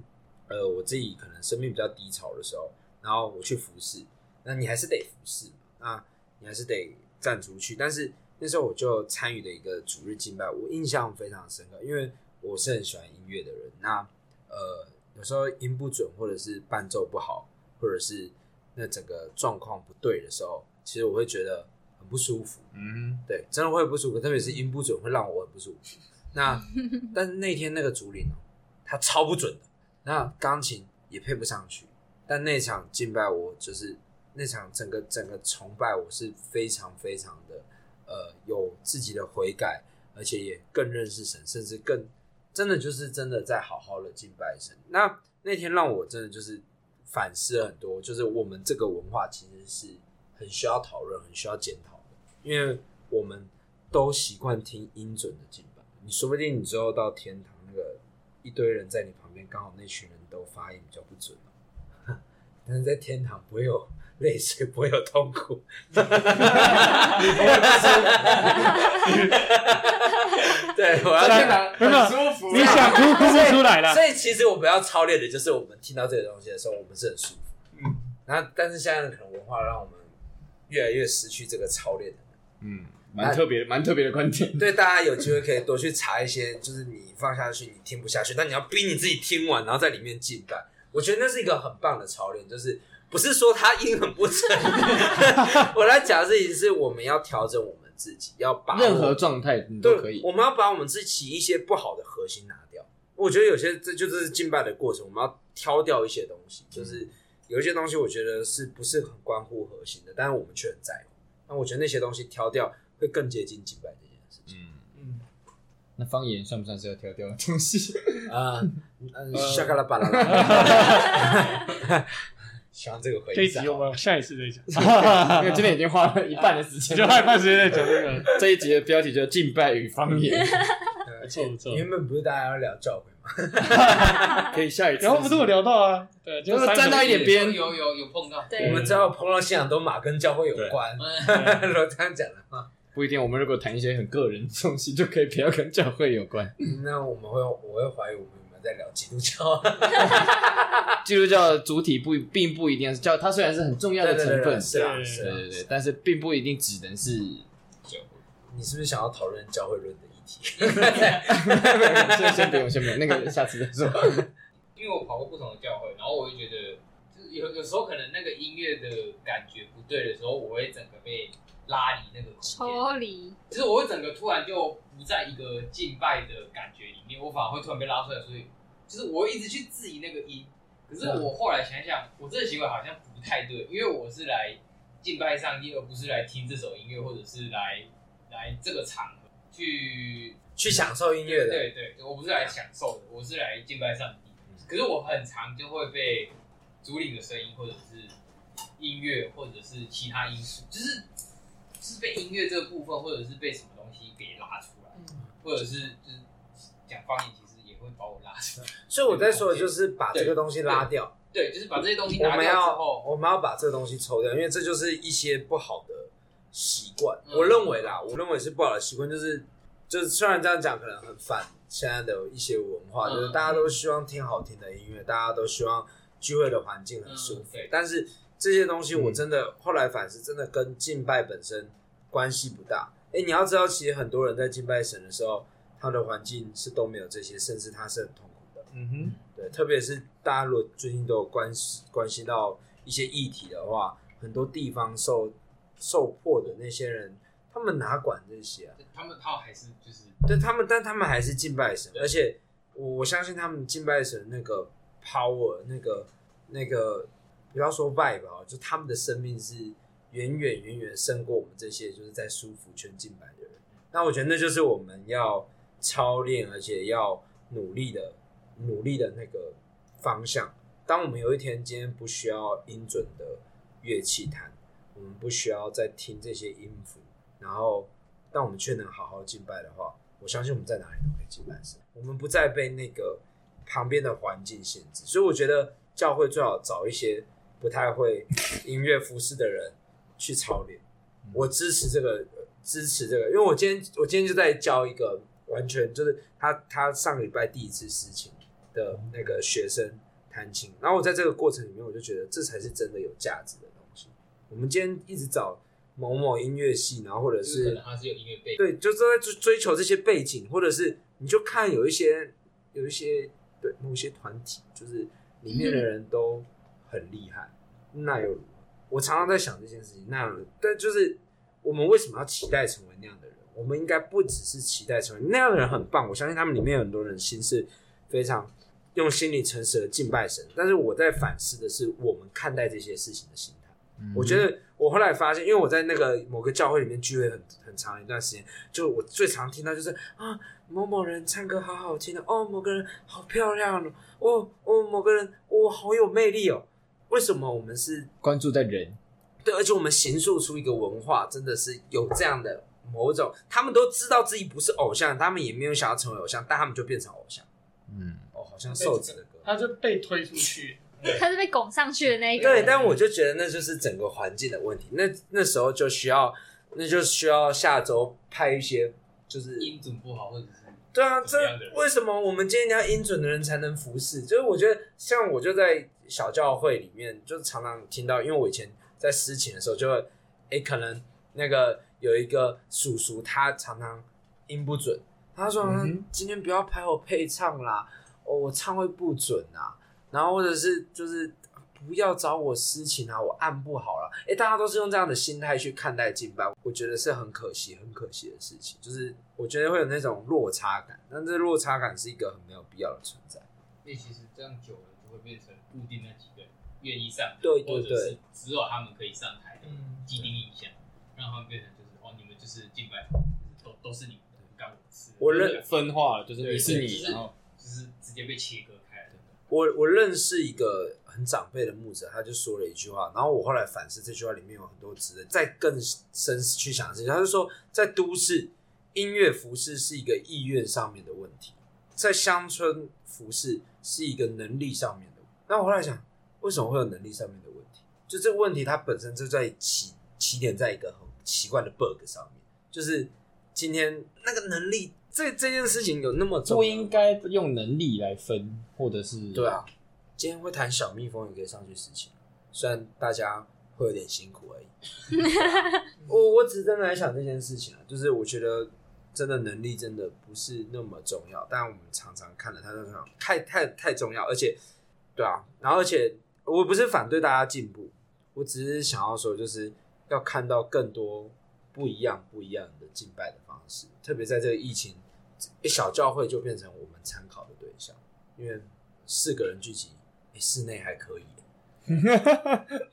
S5: 呃，我自己可能生命比较低潮的时候，然后我去服侍，那你还是得服侍嘛，那你还是得站出去。但是那时候我就参与了一个主日敬拜，我印象非常深刻，因为我是很喜欢音乐的人。那呃，有时候音不准，或者是伴奏不好，或者是那整个状况不对的时候，其实我会觉得很不舒服。
S3: 嗯，
S5: 对，真的会不舒服，特别是音不准会让我很不舒服。那但是那天那个竹林哦，它超不准的，那钢琴也配不上去。但那场敬拜我就是那场整个整个崇拜我是非常非常的呃有自己的悔改，而且也更认识神，甚至更真的就是真的在好好的敬拜神。那那天让我真的就是反思了很多，就是我们这个文化其实是很需要讨论、很需要检讨的，因为我们都习惯听音准的敬拜。你说不定你之后到天堂，那个一堆人在你旁边，刚好那群人都发音比较不准哦、但是在天堂不会有泪水，不会有痛 [LAUGHS] 苦。 [LAUGHS] 对，我要
S1: 在
S5: 天
S1: 天
S5: 堂。
S1: 堂很舒服， [LAUGHS] 你想哭哭
S5: 所以
S1: 不出
S7: [LAUGHS]
S1: 来了
S5: 所。以其实我们要操练的就是，我们听到这个东西的时候，我们是很舒服。
S1: 嗯，
S5: 然后但是现在可能文化让我们越来越失去这个操练的能力。
S7: 嗯，蛮特别，蛮特别的观点。
S5: 对，大家有机会可以多去查一些，就是你放下去你听不下去，但你要逼你自己听完，然后在里面进拜。我觉得那是一个很棒的操练，就是不是说他音很不准。 [LAUGHS] 我来讲的事情是，我们要调整我们自己，要把握
S7: 任何状态你
S5: 对，
S7: 都可以。
S5: 我们要把我们自己一些不好的核心拿掉。我觉得有些这就是敬拜的过程，我们要挑掉一些东西，就是有一些东西我觉得是不是很关乎核心的，但是我们却很在乎。那我觉得那些东西挑掉会更接近敬拜这件事情。
S1: 嗯，
S7: 那方言算不算是要挑掉的东西？
S5: 啊、嗯，下个拉巴拉拉，喜欢这个回
S1: 这一
S5: 答
S1: 集。我们下一次再讲，
S7: 因为今天已经花了一半的时间
S1: 就 [LAUGHS]
S7: 了，
S1: 害怕时间在讲这个。
S7: 这一集的标题叫“敬拜与方言
S5: 对
S1: 不错不错
S5: 原本不是大家要聊教会吗？”，
S7: 可以下一次。
S1: 然后不是我聊到啊，对，就
S7: 就是
S1: 是
S7: 站到一点边
S6: 有有有碰到，
S5: 我
S2: 对，
S5: 们知道碰到信仰都马跟教会有关，
S6: 嗯
S5: 如果这样讲的话，
S7: 不一定。我们如果谈一些很个人的东西，就可以不要跟教会有关。
S5: 那我们会我会怀疑我们有没有在聊基督教。
S7: 基督教的主体不并不一定是教，它虽然是很重要的成
S5: 对对对
S7: 分，
S5: 是啊
S1: 对
S5: 是
S7: 对
S5: 啊
S7: 对
S5: 是
S7: 对
S5: 啊，
S7: 但是并不一定只能是。
S5: 你是不是想要讨论教会论的议
S6: [LAUGHS]
S5: 题？
S7: 先先不用，先不用，那个下次再说。
S6: 因为我跑过不同的教会，然后我就觉得，就是有有时候可能那个音乐的感觉不对的时候，我会整个被拉离那个空间，
S2: 抽离，
S6: 就是我会整个突然就不在一个敬拜的感觉里面，我反而会突然被拉出来，所以就是我会一直去质疑那个音。可是我后来想想，我这个行为好像不太对，因为我是来敬拜上帝，而不是来听这首音乐，或者是来来这个场合去
S5: 去享受音乐的，
S6: 对对，我不是来享受的，我是来敬拜上帝。
S5: 嗯
S6: 可是我很常就会被主领的声音，或者是音乐，或者是其他因素，就是就是被音乐这个部分，或者是被什么东西给拉出来，或者是就是讲方言，其实也会把我拉出来。
S5: 所以我在说的就是把这个东西拉掉。
S6: 对，就是把这些东西
S5: 我
S6: 拿
S5: 们
S6: 掉之
S5: 要
S6: 后，
S5: 我们要把这个东西抽掉，因为这就是一些不好的习惯。
S6: 嗯
S5: 我认为啦，我认为是不好的习惯，就是就是虽然这样讲可能很反现在的一些文化，
S6: 嗯
S5: 就是大家都希望听好听的音乐，大家都希望聚会的环境很舒
S6: 嗯
S5: 服
S6: 对，
S5: 但是这些东西我真的后来反思，真的跟敬拜本身关系不大。哎，你要知道，其实很多人在敬拜神的时候，他的环境是都没有这些，甚至他是很痛苦的。
S1: 嗯哼，
S5: 对，特别是大家如果最近都有关系关系到一些议题的话，很多地方受受迫的那些人，他们哪管这些啊？
S6: 他们他们还是就是
S5: 对他们，但他们还是敬拜神，而且我我相信他们敬拜神那个 power，那个那个不要说 vibe 啊，就他们的生命是远远远远胜过我们这些就是在舒服圈敬拜的人。那我觉得那就是我们要操练，而且要努力的努力的那个方向。当我们有一天今天不需要音准的乐器弹，我们不需要再听这些音符，然后但我们却能好好敬拜的话，我相信我们在哪里都可以敬拜神。我们不再被那个旁边的环境限制，所以我觉得教会最好找一些不太会音乐服饰的人去操练。
S6: 嗯
S5: 我支持这个，呃支持这个，因为我今天我今天就在教一个完全就是他他上个礼拜第一次事情的那个学生弹琴，然后我在这个过程里面，我就觉得这才是真的有价值的东西。我们今天一直找某某音乐系，然后或者
S6: 就是可
S5: 是
S6: 能他是有音乐背景，
S5: 对，就是在追追求这些背景，或者是你就看有一些有一些对某些团体，就是里面的人都很厉害，那又如何？我常常在想这件事情。那但就是我们为什么要期待成为那样的人？我们应该不只是期待成为那样的人很棒，我相信他们里面有很多人心是非常用心理诚实的敬拜神。但是我在反思的是，我们看待这些事情的心态。我觉得我后来发现，因为我在那个某个教会里面聚会很很长一段时间，就我最常听到就是啊，某某人唱歌好好听的哦，某个人好漂亮哦，哦哦，某个人哦好有魅力哦。为什么我们是
S7: 关注在人，
S5: 对，而且我们形塑出一个文化，真的是有这样的某种，他们都知道自己不是偶像，他们也没有想要成为偶像，但他们就变成偶像。
S7: 嗯，
S5: 哦，好像瘦子的歌。
S1: 他就被推出 [LAUGHS] 去，
S2: 他是被拱上去的那一个
S5: 对，
S2: 人。
S5: 但我就觉得那就是整个环境的问题。那那时候就需要，那就需要下周派一些，就是
S6: 音准不好，或者是
S5: 对啊，这
S1: 怎么样的人
S5: 为什么我们今天你要音准的人才能服侍？就是我觉得，像我就在小教会里面，就常常听到，因为我以前在私情的时候就，会，诶，可能那个有一个叔叔，他常常音不准，他说、
S7: 嗯哼
S5: 啊今天不要拍我配唱啦，哦，我唱会不准啊，然后或者是就是不要找我私情啊，我按不好了。诶，大家都是用这样的心态去看待敬拜，我觉得是很可惜、很可惜的事情。就是我觉得会有那种落差感，但这落差感是一个很没有必要的存在。
S6: 那其实这样久了就会变成固定那几个人愿意上，
S5: 对
S6: 或
S5: 对
S6: 者是
S5: 对，
S6: 只有他们可以上台的
S1: 嗯，
S6: 既定印象，让他们变成就是哦，你们就是敬拜团，就是都都是你们的，不干我的事。
S5: 我认
S7: 就是分化了，就是
S6: 对
S7: 你是
S6: 对
S7: 你，
S6: 就是
S7: 然后
S6: 就是直接被切割开了。
S5: 我我认识一个很长辈的牧者，他就说了一句话，然后我后来反思这句话里面有很多值得再更深去想的事情。他就说，在都市，音乐服饰是一个意愿上面的问题，在乡村服饰是一个能力上面的。那我后来想，为什么会有能力上面的问题？就这个问题，它本身就在起起点在一个很奇怪的 bug 上面，就是今天那个能力这这件事情有那么重
S7: 不
S5: 要
S7: 应该用能力来分，或者是
S5: 对，啊，今天会弹小蜜蜂也可以上去实习，虽然大家会有点辛苦而已。 [LAUGHS] 我我只是真的在想这件事情啊，就是我觉得真的能力真的不是那么重要，但我们常常看了它就想太太太重要，而且对啊，然后而且我不是反对大家进步，我只是想要说就是要看到更多不一样不一样的敬拜的方式，特别在这个疫情，小教会就变成我们参考的对象。因为四个人聚集，诶室内
S7: [LAUGHS]
S5: 还可以。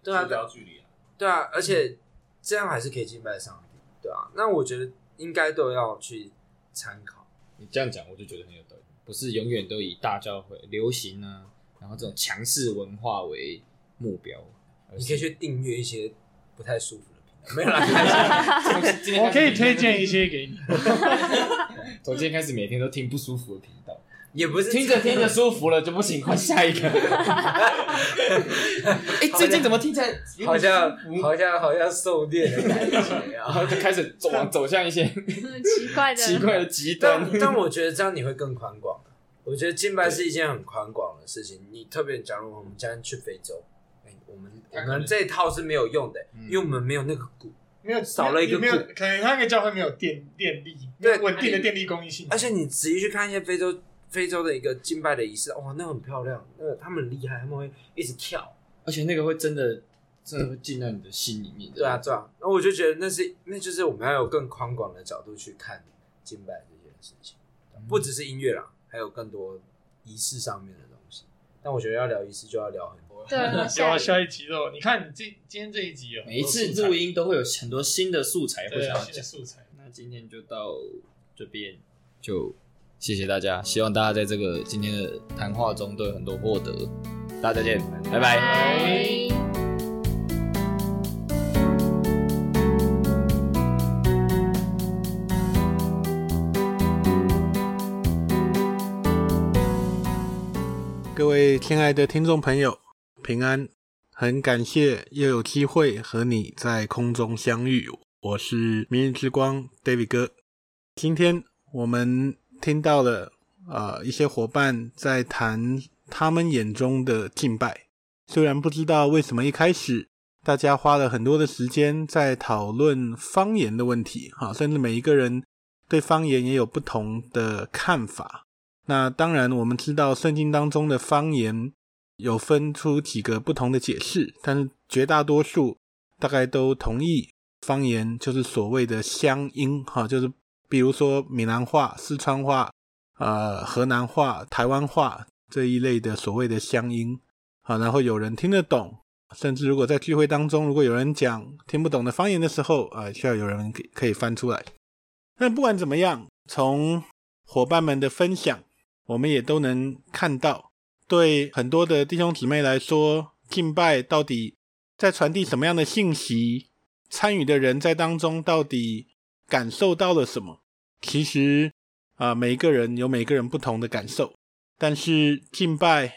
S5: 对啊，
S6: 聊距离啊，
S5: 对啊，而且这样还是可以敬拜上帝，对啊。那我觉得应该都要去参考。
S7: 你这样讲我就觉得很有道理，不是永远都以大教会流行啊，然后这种强势文化为目标，而
S5: 你
S7: 是
S5: 可以去订阅一些不太舒服的平台，没有啦，开玩笑
S1: 我可以推荐一些给你。
S7: 从今天开始每天都听不舒服的频道，
S5: 也不是
S7: 听着听着舒服了就不行，换下一个。 [LAUGHS] 哎，最近怎么听起来有点
S5: 好像
S7: 舒服
S5: 好像好像受虐的感觉
S7: 然
S5: 啊。
S7: 后嗯就开始走往走向一些
S2: 嗯奇怪的，
S7: 奇怪的极端
S5: [LAUGHS] 但。但我觉得这样你会更宽广啊。我觉得敬拜是一件很宽广的事情。你特别，假如我们今天去非洲，哎，我们我
S6: 他可能嗯
S5: 们这一套是没有用的，因为我们没有那个骨
S1: [LAUGHS] 没有
S5: 少了一个
S1: 没有，
S5: 鼓
S1: 可能他那个教会没有电电力，没
S5: 对
S1: 有稳定的电力供应性，
S5: 而且你仔细去看一些非洲非洲的一个敬拜的仪式，哇，那很漂亮，那个他们很厉害，他们会一直跳，
S7: 而且那个会真的真的会进到你的心里面的。
S5: 对啊，对啊。那我就觉得那是那就是我们要有更宽广的角度去看敬拜这件事情，不只是音乐啦，还有更多仪式上面的东西。但我觉得要聊仪式就要聊很多，
S2: 对，我
S1: 有
S5: [LAUGHS]
S1: 啊，
S2: 下
S1: 下一集喽。你看你这今天这一集有很多
S7: 每一次
S1: 素材
S7: 录音都会有很多新的素材会
S1: 对
S7: 想
S1: 啊
S7: 要
S1: 新的
S7: 讲。
S1: 素材，
S7: 那今天就到这边，就谢谢大家，希望大家在这个今天的谈话中都有很多获得。大家再见，拜拜。
S2: 拜。
S8: 各位亲爱的听众朋友，平安！很感谢又有机会和你在空中相遇，我是明日之光 David 哥。今天我们听到了啊、呃一些伙伴在谈他们眼中的敬拜，虽然不知道为什么一开始大家花了很多的时间在讨论方言的问题，哈、甚至每一个人对方言也有不同的看法。那当然，我们知道圣经当中的方言有分出几个不同的解释，但是绝大多数大概都同意方言就是所谓的乡音哈，就是比如说闽南话、四川话、呃河南话、台湾话这一类的所谓的乡音啊，然后有人听得懂，甚至如果在聚会当中，如果有人讲听不懂的方言的时候，啊、需要有人给可以翻出来。那不管怎么样，从伙伴们的分享，我们也都能看到，对很多的弟兄姊妹来说，敬拜到底在传递什么样的信息？参与的人在当中到底感受到了什么？其实啊、每一个人有每个人不同的感受，但是敬拜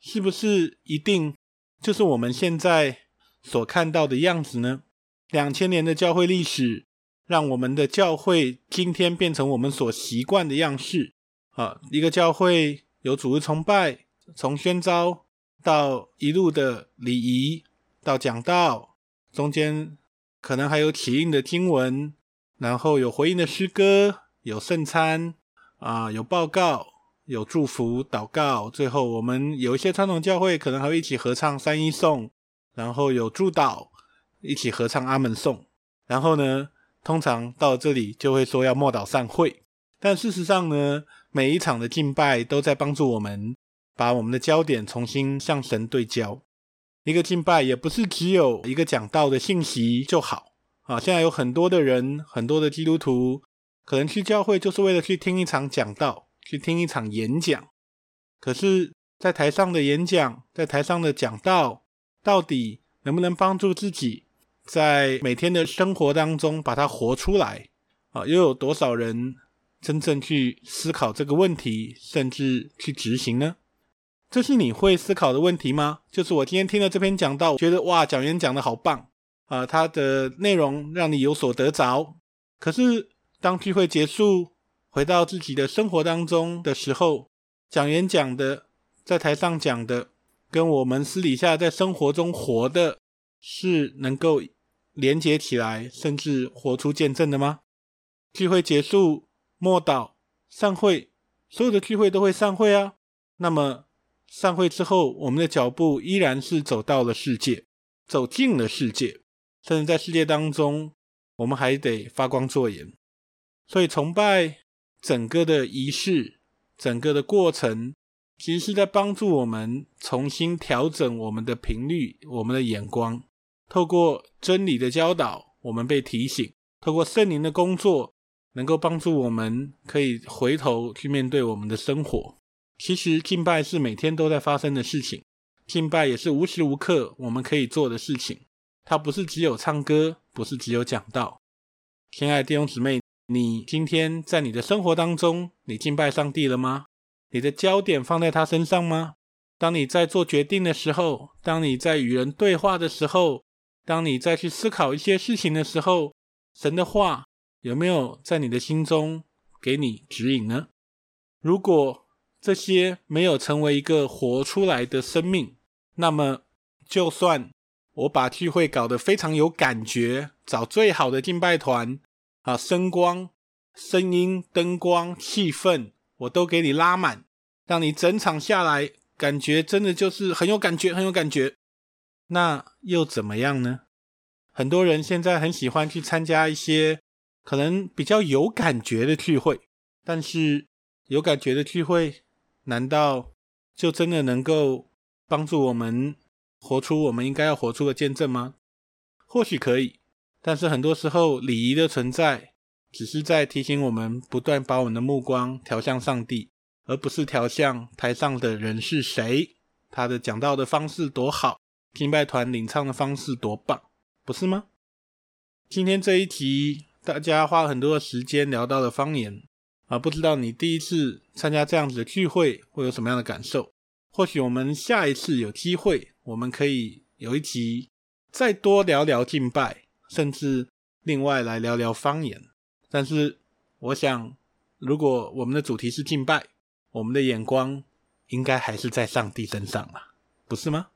S8: 是不是一定就是我们现在所看到的样子呢？两千年的教会历史，让我们的教会今天变成我们所习惯的样式啊。一个教会有主日崇拜，从宣召到一路的礼仪，到讲道，中间可能还有起应的经文，然后有回应的诗歌，有圣餐啊，有报告，有祝福、祷告。最后，我们有一些传统教会可能还会一起合唱三一颂，然后有祝祷，一起合唱阿门颂。然后呢，通常到这里就会说要默祷散会。但事实上呢，每一场的敬拜都在帮助我们把我们的焦点重新向神对焦。一个敬拜也不是只有一个讲道的信息就好啊。现在有很多的人，很多的基督徒，可能去教会就是为了去听一场讲道，去听一场演讲。可是，在台上的演讲，在台上的讲道，到底能不能帮助自己在每天的生活当中把它活出来啊？又有多少人真正去思考这个问题，甚至去执行呢？这是你会思考的问题吗？就是我今天听了这篇讲道，觉得哇，讲员讲的好棒啊、他的内容让你有所得着。可是当聚会结束，回到自己的生活当中的时候，讲员讲的，在台上讲的，跟我们私底下在生活中活的，是能够连接起来，甚至活出见证的吗？聚会结束，默祷、散会，所有的聚会都会散会啊。那么散会之后，我们的脚步依然是走到了世界，走进了世界，甚至在世界当中，我们还得发光作盐。所以，崇拜整个的仪式，整个的过程，其实是在帮助我们重新调整我们的频率、我们的眼光。透过真理的教导，我们被提醒；透过圣灵的工作，能够帮助我们可以回头去面对我们的生活。其实敬拜是每天都在发生的事情，敬拜也是无时无刻我们可以做的事情。它不是只有唱歌，不是只有讲道。亲爱的弟兄姊妹，你今天在你的生活当中，你敬拜上帝了吗？你的焦点放在他身上吗？当你在做决定的时候，当你在与人对话的时候，当你在去思考一些事情的时候，神的话有没有在你的心中给你指引呢？如果这些没有成为一个活出来的生命，那么就算我把聚会搞得非常有感觉，找最好的敬拜团啊，声光、声音、灯光、气氛，我都给你拉满，让你整场下来感觉真的就是很有感觉，很有感觉。那又怎么样呢？很多人现在很喜欢去参加一些可能比较有感觉的聚会，但是有感觉的聚会，难道就真的能够帮助我们活出我们应该要活出的见证吗？或许可以，但是很多时候礼仪的存在，只是在提醒我们不断把我们的目光调向上帝，而不是调向台上的人是谁，他的讲道的方式多好，敬拜团领唱的方式多棒，不是吗？今天这一集，大家花很多的时间聊到了方言，啊，不知道你第一次参加这样子的聚会会有什么样的感受？或许我们下一次有机会，我们可以有一集再多聊聊敬拜，甚至另外来聊聊方言。但是我想，如果我们的主题是敬拜，我们的眼光应该还是在上帝身上啊，不是吗？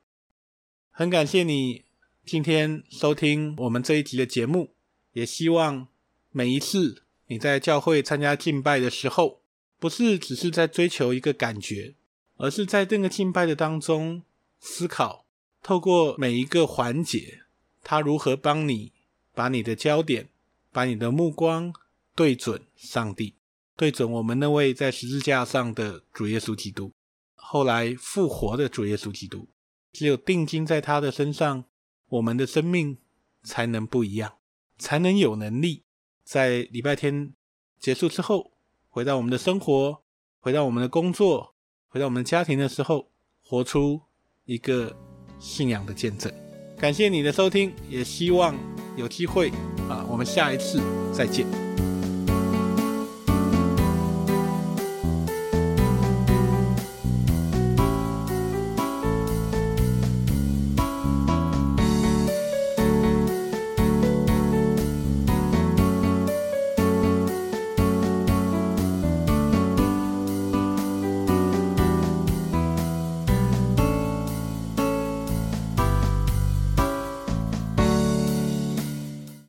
S8: 很感谢你今天收听我们这一集的节目，也希望每一次你在教会参加敬拜的时候，不是只是在追求一个感觉，而是在这个敬拜的当中思考，透过每一个环节，他如何帮你把你的焦点、把你的目光对准上帝，对准我们那位在十字架上的主耶稣基督，后来复活的主耶稣基督。只有定睛在他的身上，我们的生命才能不一样，才能有能力在礼拜天结束之后，回到我们的生活，回到我们的工作，回到我们的家庭的时候，活出一个信仰的见证。感谢你的收听，也希望有机会啊，我们下一次再见。